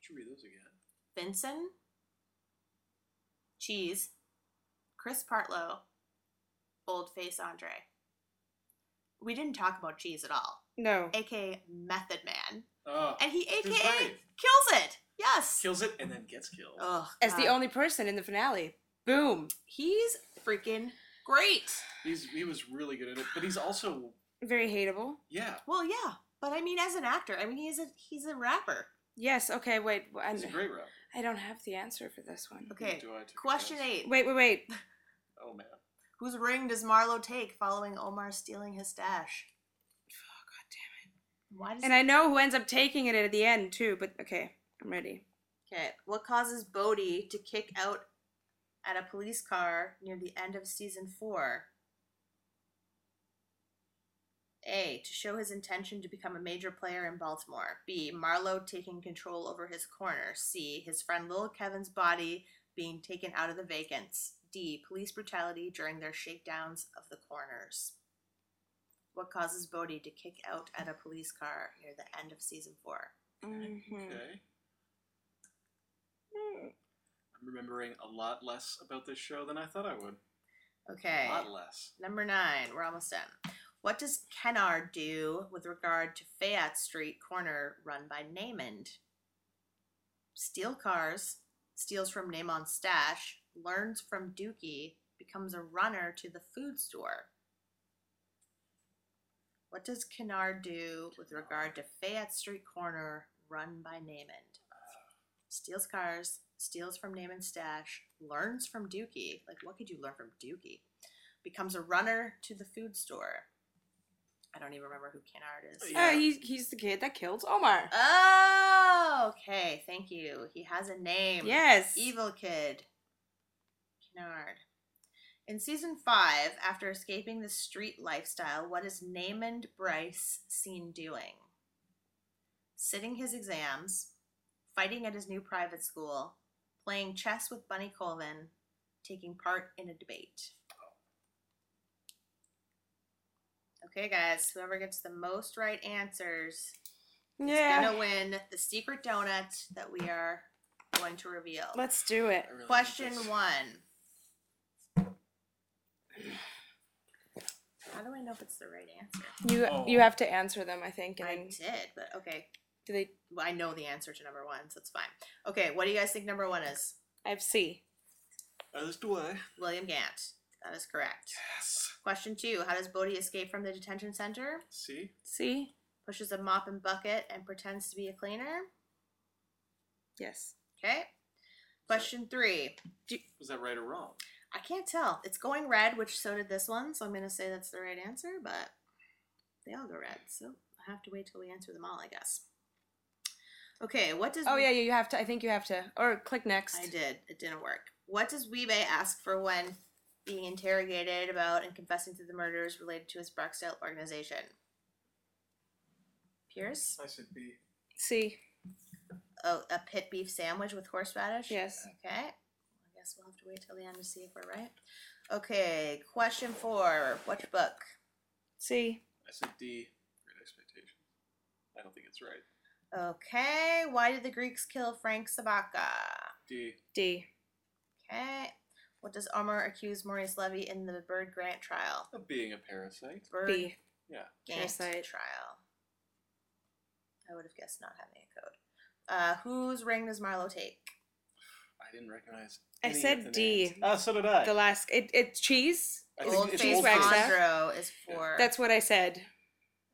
D: Could you read those again?
F: Benson, Cheese, Chris Partlow, Old Face Andre. We didn't talk about Cheese at all.
E: No.
F: AKA Method Man.
D: Oh,
F: And he AKA
D: that's right.
F: kills it. Yes.
D: Kills it and then gets killed.
F: Ugh,
E: As the
F: God.
E: only person in the finale. Boom.
F: He's freaking great.
D: He's he was really good at it, but he's also
E: Very hateable.
D: yeah.
F: Well, yeah, but I mean, as an actor, I mean, he's a he's a rapper.
E: Yes. Okay. Wait. w- I'm,
D: He's a great rapper.
E: I don't have the answer for this one.
F: Okay.
D: Do I-
F: Question eight.
E: Wait. Wait. Wait.
D: Oh man.
F: Whose ring does Marlowe take following Omar stealing his stash? Oh, God damn it. Why does
E: And I know who ends up taking it at the end too. But okay, I'm ready.
F: Okay. What causes Bodhi to kick out at a police car near the end of season four? A. To show his intention to become a major player in Baltimore. B. Marlowe taking control over his corner. C. His friend Lil Kevin's body being taken out of the vacants. D. Police brutality during their shakedowns of the corners. What causes Bodhi to kick out at a police car near the end of season four?
E: Hmm. Mm-hmm.
D: Okay. I'm remembering a lot less about this show than I thought I would.
F: Okay.
D: A lot less.
F: Number nine, we're almost done. What does Kennard do with regard to Fayette Street corner run by Namond? Steal cars, steals from Namon's stash, learns from Dookie, becomes a runner to the food store. What does Kennard do with regard to Fayette Street corner run by Namond? Steals cars, steals from Namon's stash, learns from Dookie. Like, what could you learn from Dookie? becomes a runner to the food store. I don't even remember who Kennard is.
E: Uh, he's he's the kid that kills Omar.
F: Oh, okay. Thank you. He has a name.
E: Yes.
F: Evil Kid. Kennard. In season five, after escaping the street lifestyle, what is Namond Bryce seen doing? Sitting his exams, fighting at his new private school, playing chess with Bunny Colvin, taking part in a debate. Okay, guys, whoever gets the most right answers is
E: Yeah.
F: gonna win the secret donut that we are going to reveal.
E: Let's do it.
F: Question one. How do I know if it's the right answer?
E: You
F: Oh.
E: you have to answer them, I think. And
F: I
E: then-
F: did, but okay.
E: Do they?
F: Well, I know the answer to number one, so it's fine. Okay, what do you guys think number one is?
E: I have C.
D: As do I.
F: William Gant. That is correct.
D: Yes.
F: Question two: How does Bodhi escape from the detention center?
D: See?
E: C.
F: Pushes a mop and bucket and pretends to be a cleaner.
E: Yes.
F: Okay. Question three.
D: Was that right or wrong?
F: I can't tell. It's going red, which so did this one, so I'm going to say that's the right answer, but they all go red, so I have to wait till we answer them all, I guess. Okay, what does
E: Oh yeah, you have to. I think you have to. Or click next.
F: I did. It didn't work. What does Weebay ask for when being interrogated about and confessing to the murders related to his Barksdale organization? Pierce?
D: I said B.
E: C.
F: Oh, a pit beef sandwich with horseradish?
E: Yes.
F: Okay. I guess we'll have to wait till the end to see if we're right. Okay, question four. Which book?
E: C.
D: I said D. Great expectation. I don't think it's right.
F: Okay, why did the Greeks kill Frank Sabaka?
D: D.
E: D.
F: Okay. What does Armour accuse Maurice Levy in the Bird Grant trial?
D: Of being a parasite.
F: Bird
E: B.
D: Yeah.
F: Gant trial. I would have guessed not having a code. Uh, whose ring does Marlowe take?
D: I didn't recognize.
E: I
D: any of
E: said
D: the
E: D.
D: Oh, so did I.
E: The last. It it's cheese.
D: I think Old it's
E: cheese
D: Old
E: Wagstaff.
D: Faith's.
F: Monroe is for.
E: That's what I said.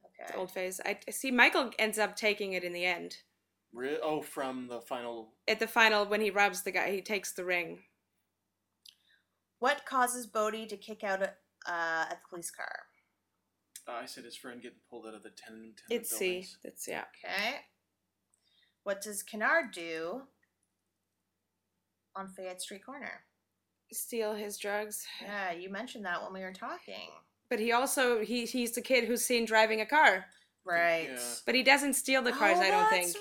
F: Okay.
E: Old phase. I I see. Michael ends up taking it in the end.
D: Re- oh, from the final.
E: At the final, when he robs the guy, he takes the ring.
F: What causes Bodhi to kick out uh, at the police car?
D: Uh, I said his friend getting pulled out of the tenement. tenement
E: It's C.
D: buildings.
E: That's yeah.
F: Okay. What does Kennard do on Fayette Street Corner?
E: Steal his drugs.
F: Yeah, you mentioned that when we were talking.
E: But he also he he's the kid who's seen driving a car.
F: Right.
E: But he doesn't steal the cars.
F: Oh,
E: I don't
F: that's
E: think.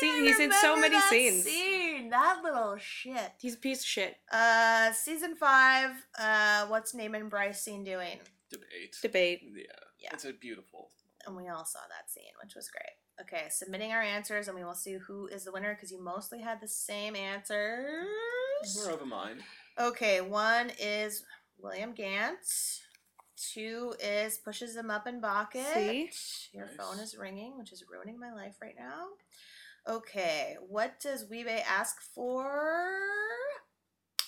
E: See, he's in so
F: remember
E: many
F: that
E: scenes.
F: Scene, that little shit.
E: He's a piece of shit.
F: Uh, season five. Uh, what's Naaman Bryceine doing?
D: Debate.
E: Debate.
D: Yeah. It's a beautiful.
F: And we all saw that scene, which was great. Okay, submitting our answers, and we will see who is the winner because you mostly had the same answers.
D: We're of a mind.
F: Okay, one is William Gant. Two is pushes him up in bucket.
E: See?
F: Your
E: Nice.
F: phone is ringing, which is ruining my life right now. Okay, what does Weebay ask for?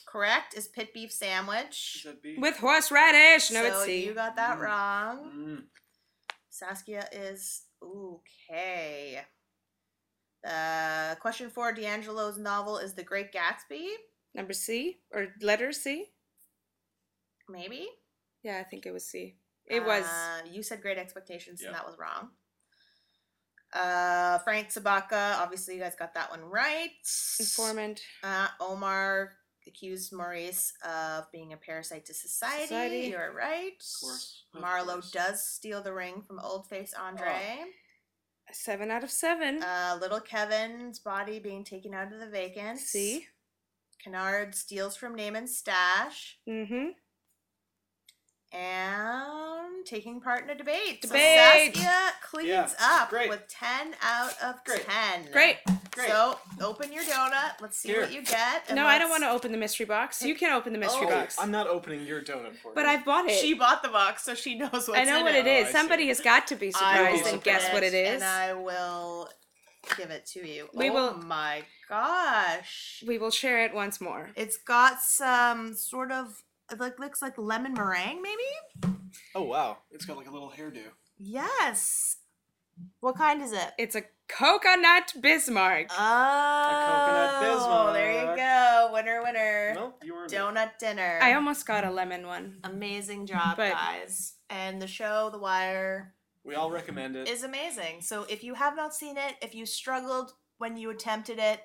F: Correct is pit beef sandwich
E: With horseradish. No,
F: so
E: it's C.
F: you got that
D: Mm-hmm.
F: wrong.
D: Mm,
F: Saskia is okay. Uh, question four: D'Angelo's novel is *The Great Gatsby*.
E: Number C or letter C?
F: Maybe
E: Yeah, I think it was C. It was.
F: Uh, you said *Great Expectations*,
E: Yeah.
F: and that was wrong. Uh, Frank Sabaka. Obviously, you guys got that one right.
E: Informant.
F: Uh, Omar accused Maurice of being a parasite to society.
E: Society.
F: You're right.
E: Of course, Oh. of
F: Marlowe does steal the ring from Old Face Andre.
E: Seven out of seven.
F: Uh, little Kevin's body being taken out of the vacant.
E: See?
F: Kennard steals from Naaman's stash.
E: Mm-hmm.
F: And taking part in a debate.
E: Debate!
F: So Saskia cleans
E: Yeah,
F: up with 10 out of 10.
E: Great.
F: So open your donut. Let's see what
E: Here.
F: you get. and
E: No, I don't
F: let's-
E: want to open the mystery box. You can open the mystery
D: Oh,
E: box.
D: I'm not opening your donut for
E: But
D: you.
E: I've bought it.
F: She bought the box, so she knows what's
E: I know
F: in
E: what it
D: Oh,
E: is.
D: I see.
E: Somebody has got to be
F: I
E: surprised
F: will
E: and guess what it
F: open
E: is.
F: And I will give it to you.
E: We
F: oh
E: will-
F: my gosh.
E: We will share it once more.
F: It's got some sort of it like looks like lemon meringue, maybe?
D: Oh wow, it's got like a little hairdo.
F: Yes. What kind is it?
E: It's a coconut Bismarck.
F: Uh, Oh,
E: Bismarck.
F: there you go. Winner, winner.
E: Well,
D: you were
F: Donut dinner.
E: I almost got a lemon one.
F: Amazing job,
E: But-
F: guys. And the show, The Wire,
D: We all recommend it.
F: is amazing. So if you have not seen it, if you struggled when you attempted it,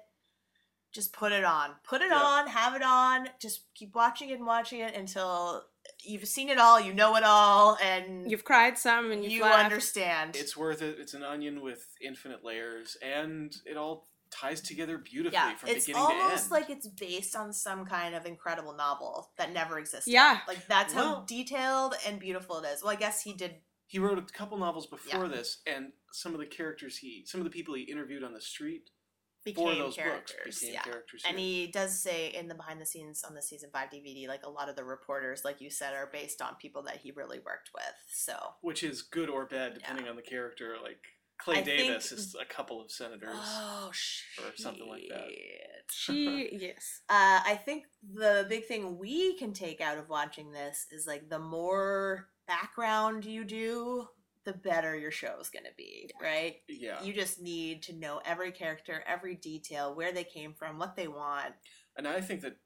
F: just put it on. Put it
E: Yeah.
F: on, have it on. Just keep watching it and watching it until you've seen it all, you know it all, and
E: You've cried some and you've
F: you
E: laughed.
F: understand.
D: It's worth it. It's an onion with infinite layers, and it all ties together beautifully
F: yeah,
D: from
F: it's
D: beginning to
F: almost
D: end.
F: like it's based on some kind of incredible novel that never existed.
D: Yeah.
F: like that's
D: Well-
F: how detailed and beautiful it is. Well, I guess he did.
D: he wrote a couple novels before this, and some of the characters he, some of the people he interviewed on the street for
F: Became
D: those books
F: characters,
D: became
F: yeah.
D: characters.
F: And
D: here.
F: he does say in the behind the scenes on the season five DVD, like a lot of the reporters, like you said, are based on people that he really worked with. So
D: which is good or bad depending on the character. Like Clay
F: I
D: Davis
F: think-
D: is a couple of senators,
F: Oh,
D: or something like that.
E: She yes.
F: uh, I think the big thing we can take out of watching this is like the more background you do, the better your show is going to be, right?
D: Yeah.
F: You just need to know every character, every detail, where they came from, what they want.
D: And I think that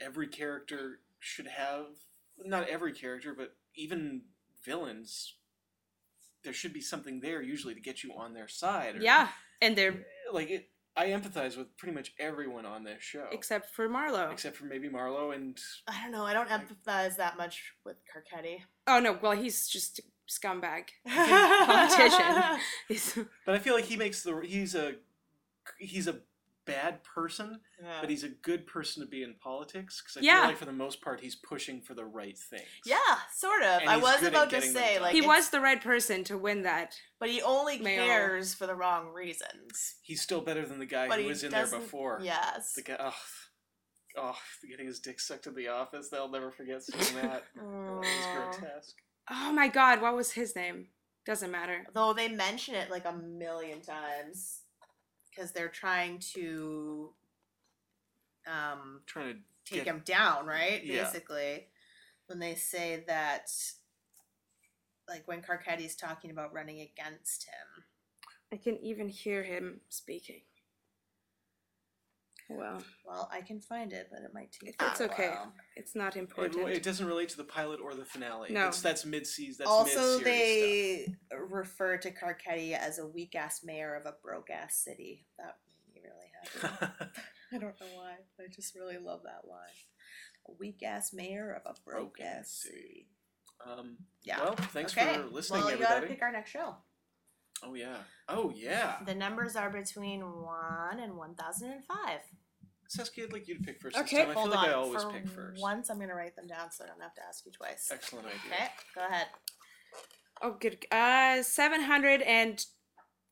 D: every character should have not every character, but even villains. There should be something there usually to get you on their side. or-
E: Yeah, and they're
D: like it, I empathize with pretty much everyone on this show,
E: except for Marlowe.
D: except for maybe Marlowe and
F: I don't know. I don't empathize that much with Carcetti.
E: Oh no, well he's just a scumbag politician. He's-
D: But I feel like he makes the he's a he's a bad person,
F: Yeah.
D: but he's a good person to be in politics because I
F: Yeah.
D: feel like for the most part he's pushing for the right thing.
F: Yeah, sort of.
D: And
F: I
D: he's
F: was
D: good at
F: about to
D: getting them
F: say
D: done.
F: like
E: he
F: it's-
E: was the right person to win that.
F: but he only
E: mayoral.
F: cares for the wrong reasons.
D: He's still better than the guy
F: But
D: who
F: he
D: was in there
F: doesn't-
D: before.
F: yes.
D: The guy. Oh, oh, getting his dick sucked in the office. They'll never forget seeing that. Oh, it was grotesque.
E: Oh my god, what was his name? Doesn't matter.
F: Though they mention it like a million times because they're trying to um
D: Trying to
F: take
D: get-
F: him down, right?
D: Yeah.
F: Basically, when they say that, like when Carcetti's talking about running against him.
E: I can even hear him speaking. Well,
F: Well, I can find it, but it might take.
E: it's
F: a
E: okay.
F: while.
E: It's not
D: It,
E: important.
D: it doesn't relate to the pilot or the finale.
E: No.
D: It's, that's mid season. That's
F: also,
D: mid-series
F: they refer to Carcetti as a weak ass mayor of a broke ass city. That made me really happy. I don't know why, but I just really love that line. A weak ass mayor of a broke ass city.
D: stuff. Um,
F: Yeah.
D: Well, thanks
F: Okay.
D: for listening,
F: well, You gotta
D: everybody.
F: pick our next show.
D: Oh yeah. Oh yeah.
F: The numbers are between one and one thousand and five.
D: Saskia, I'd like you to pick first this time. I feel like I always
F: For
D: pick first.
F: Once I'm gonna write them down so I don't have to ask you twice.
D: Excellent idea.
F: Okay, go ahead.
E: oh, good. Uh, seven hundred and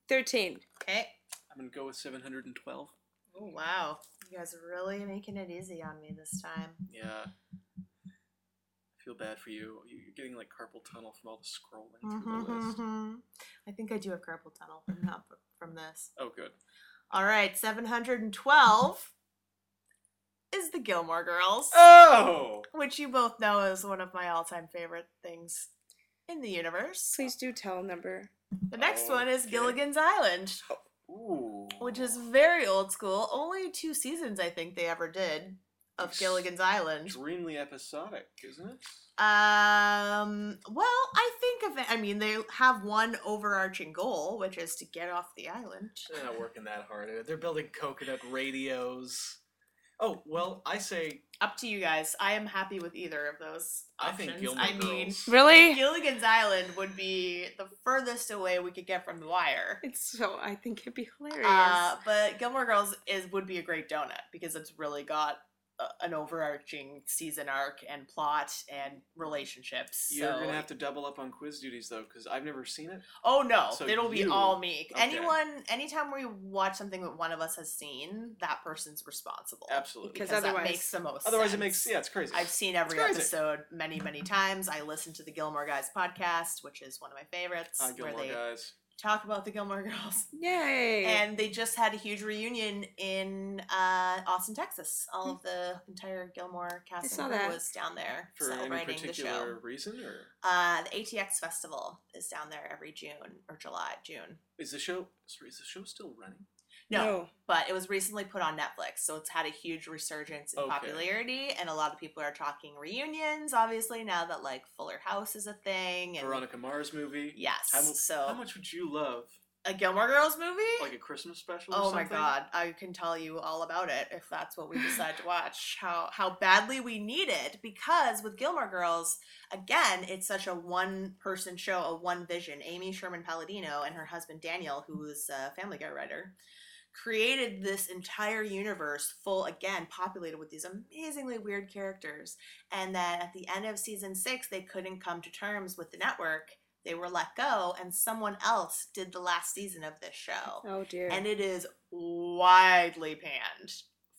E: thirteen.
F: Okay.
D: I'm gonna go with 712.
F: Oh wow, you guys are really making it easy on me this time.
D: Yeah. I feel bad for you. You- You're getting like carpal tunnel from all the scrolling through the list.
F: Mhm. I think I do have carpal tunnel from not from this.
D: Oh, good.
F: All right, seven hundred and twelve is the Gilmore Girls.
D: Oh!
F: which you both know is one of my all-time favorite things in the universe.
E: Please do tell a number.
F: The next one is Gilligan's Island,
D: Ooh.
F: which is very old school. Only two seasons, I think, they ever did of Gilligan's Island.
D: Extremely episodic, isn't it?
F: Um. Well, I think of it. I mean, they have one overarching goal, which is to get off the island.
D: They're not working that hard. at it. They're building coconut radios. Oh, well, I say
F: Up to you guys. I am happy with either of those.
D: I think
F: Options. I,
D: Gilmore
F: mean,
D: Girls.
E: Really?
F: Gilligan's Island would be the furthest away we could get from the wire.
E: It's so I think it'd be hilarious.
F: Uh, but Gilmore Girls is would be a great donut because it's really got a, an overarching season arc and plot and relationships.
D: you're
F: so-
D: gonna have to double up on quiz duties though, because I've never seen it.
F: Oh no,
D: So
F: it'll be
D: you-
F: all me.
D: Okay.
F: Anyone, anytime we watch something that one of us has seen, that person's responsible.
D: Absolutely.
F: because,
E: otherwise-
F: that makes the most.
D: Otherwise, it
F: sense.
D: makes yeah, it's crazy.
F: I've seen
D: It's
F: every
D: crazy.
F: episode many, many times. I listen to the Gilmore Guys podcast, which is one of my favorites,
D: Hi, Gilmore
F: where they
D: guys.
F: talk about the Gilmore Girls.
E: Yay!
F: And they just had a huge reunion in uh, Austin, Texas. All of the entire Gilmore cast
E: Hmm. saw
F: and crew
E: that.
F: was down there
D: For any
F: celebrating the
D: particular
F: show.
D: reason, or
F: Uh, the ATX festival is down there every June or July, June.
D: is the show? Sorry, is the show still running?
F: No, but it was recently put on Netflix, so it's had a huge resurgence in
D: Okay.
F: popularity, and a lot of people are talking reunions. Obviously, now that like Fuller House is a thing, and
D: Veronica Mars movie.
F: Yes,
D: How, mu-
F: so-
D: how much would you love
F: a Gilmore Girls movie.
D: like a Christmas special? or
F: Oh my
D: something?
F: god, I can tell you all about it if that's what we decide to watch. How how badly we need it because with Gilmore Girls, again, it's such a one person show, a one vision. Amy Sherman Palladino and her husband Daniel, who's a Family Guy writer, created this entire universe full, again, populated with these amazingly weird characters. And then at the end of season six, they couldn't come to terms with the network. They were let go, and someone else did the last season of this show.
E: Oh dear.
F: And it is widely panned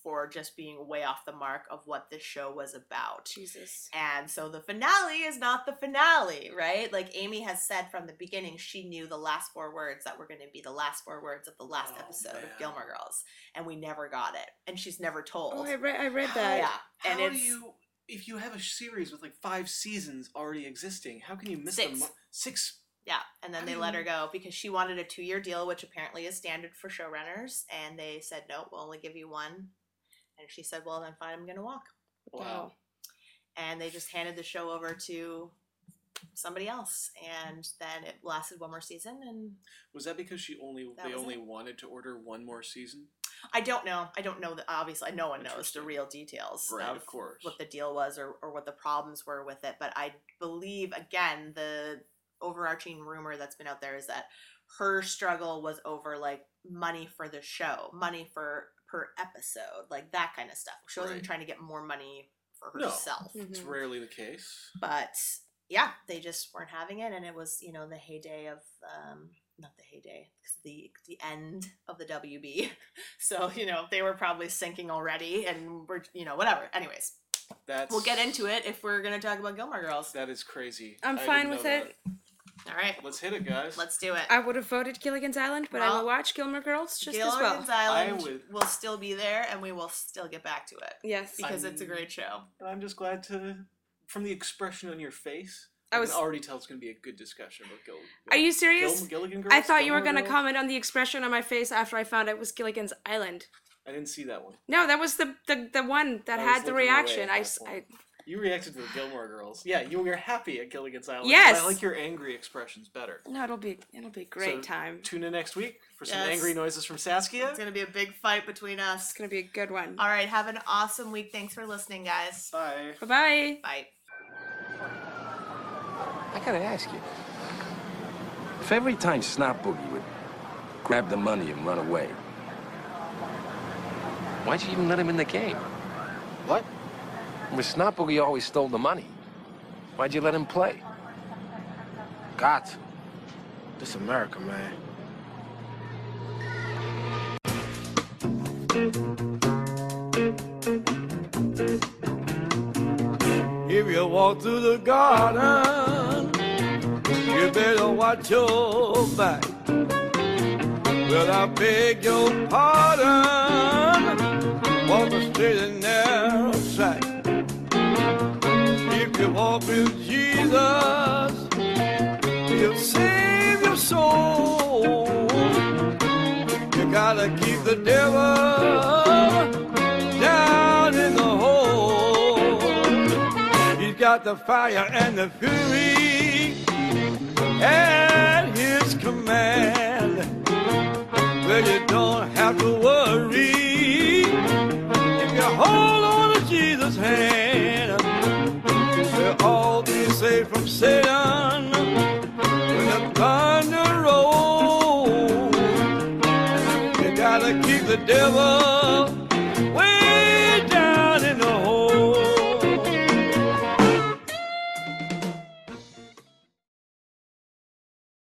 F: for just being way off the mark of what this show was about.
E: Jesus.
F: And so the finale is not the finale, right? Like Amy has said from the beginning, she knew the last four words that were going to be the last four words of the last
D: Oh,
F: episode of Gilmore Girls, and we never got it, and she's never told.
E: Oh, I read, I read that.
F: Yeah,
D: How
F: and
D: do
F: it's
D: you, if you have a series with like five seasons already existing, how can you miss
F: Six.
D: them? Six.
F: Yeah, and then
D: I
F: they let her
D: mean-
F: go because she wanted a two-year deal, which apparently is standard for showrunners, and they said no, we'll only give you one. And she said, "Well, then fine, I'm going to walk."
E: Wow.
F: And they just handed the show over to somebody else, and then it lasted one more season. And
D: Was that because she only
F: That
D: they
F: was
D: only
F: it.
D: wanted to order one more season?
F: I don't know. I don't know that. Obviously, no one knows the real details
D: Right,
F: of,
D: of course.
F: what the deal was or, or what the problems were with it. But I believe again the overarching rumor that's been out there is that her struggle was over like money for the show, money for per episode, like that kind of stuff. She wasn't
D: Right.
F: trying to get more money for
D: No,
F: herself.
E: Hmm. Mm-hmm.
D: it's rarely the case.
F: But yeah, they just weren't having it, and it was you know the heyday of um, not the heyday, 'cause the the end of the WB. So you know they were probably sinking already, and we're you know whatever. Anyways,
D: That's
F: we'll get into it if we're gonna talk about Gilmore Girls.
D: That is crazy.
E: I'm
D: I didn't
E: fine with
D: know
E: it.
F: All right,
D: that. Let's hit it, guys.
F: let's do it.
E: I would have voted Gilligan's Island, but I
F: Well,
E: will watch Gilmore Girls just as well.
F: Gilligan's Island
D: I would-
F: will still be there, and we will still get back to it.
E: Yes.
F: because it's a great show.
D: And I'm just glad to, from the expression on your face,
E: I
D: I,
E: was-
D: can already tell it's going to be a good discussion about Gil.
E: Are
D: Gil-
E: you serious?
D: Gil- Gilligan
E: I
D: Girls?
E: thought you were
D: Gilmore
E: gonna
D: Girls?
E: comment on the expression on my face after I found out it was Gilligan's Island.
D: I didn't see that one.
E: No, that was the the, the one that
D: I was
E: had
D: looking
E: the
D: away
E: reaction.
D: at
E: I,
D: that
E: s-
D: point.
E: I-
D: You reacted to the Gilmore Girls. Yeah, you were happy at Gilligan's Island. but
E: Yes.
D: I like your angry expressions better.
E: no, it'll be it'll be a great
D: So,
E: time.
D: Tune in next week for some
F: Yes.
D: angry noises from Saskia.
F: It's gonna be a big fight between us. It's
E: gonna be a good one.
F: All right, have an awesome week. Thanks for listening, guys.
D: Bye.
E: Bye bye.
F: Bye.
M: I gotta ask you. If every time Snot Boogie would grab the money and run away, why'd you even let him in the game? What? Well, Snot Boogie always stole the money. Why'd you let him play?
H: Got to. This America, man.
Q: If you walk through the garden, you better watch your back. Well, I beg your pardon, walk a straight and narrow track. If you walk with Jesus, he'll save your soul. You gotta keep the devil down in the hole. He's got the fire and the fury at his command. Well, you don't have to worry if you hold on to Jesus' hand. We'll all be saved from Satan when the thunder rolls. You gotta keep the devil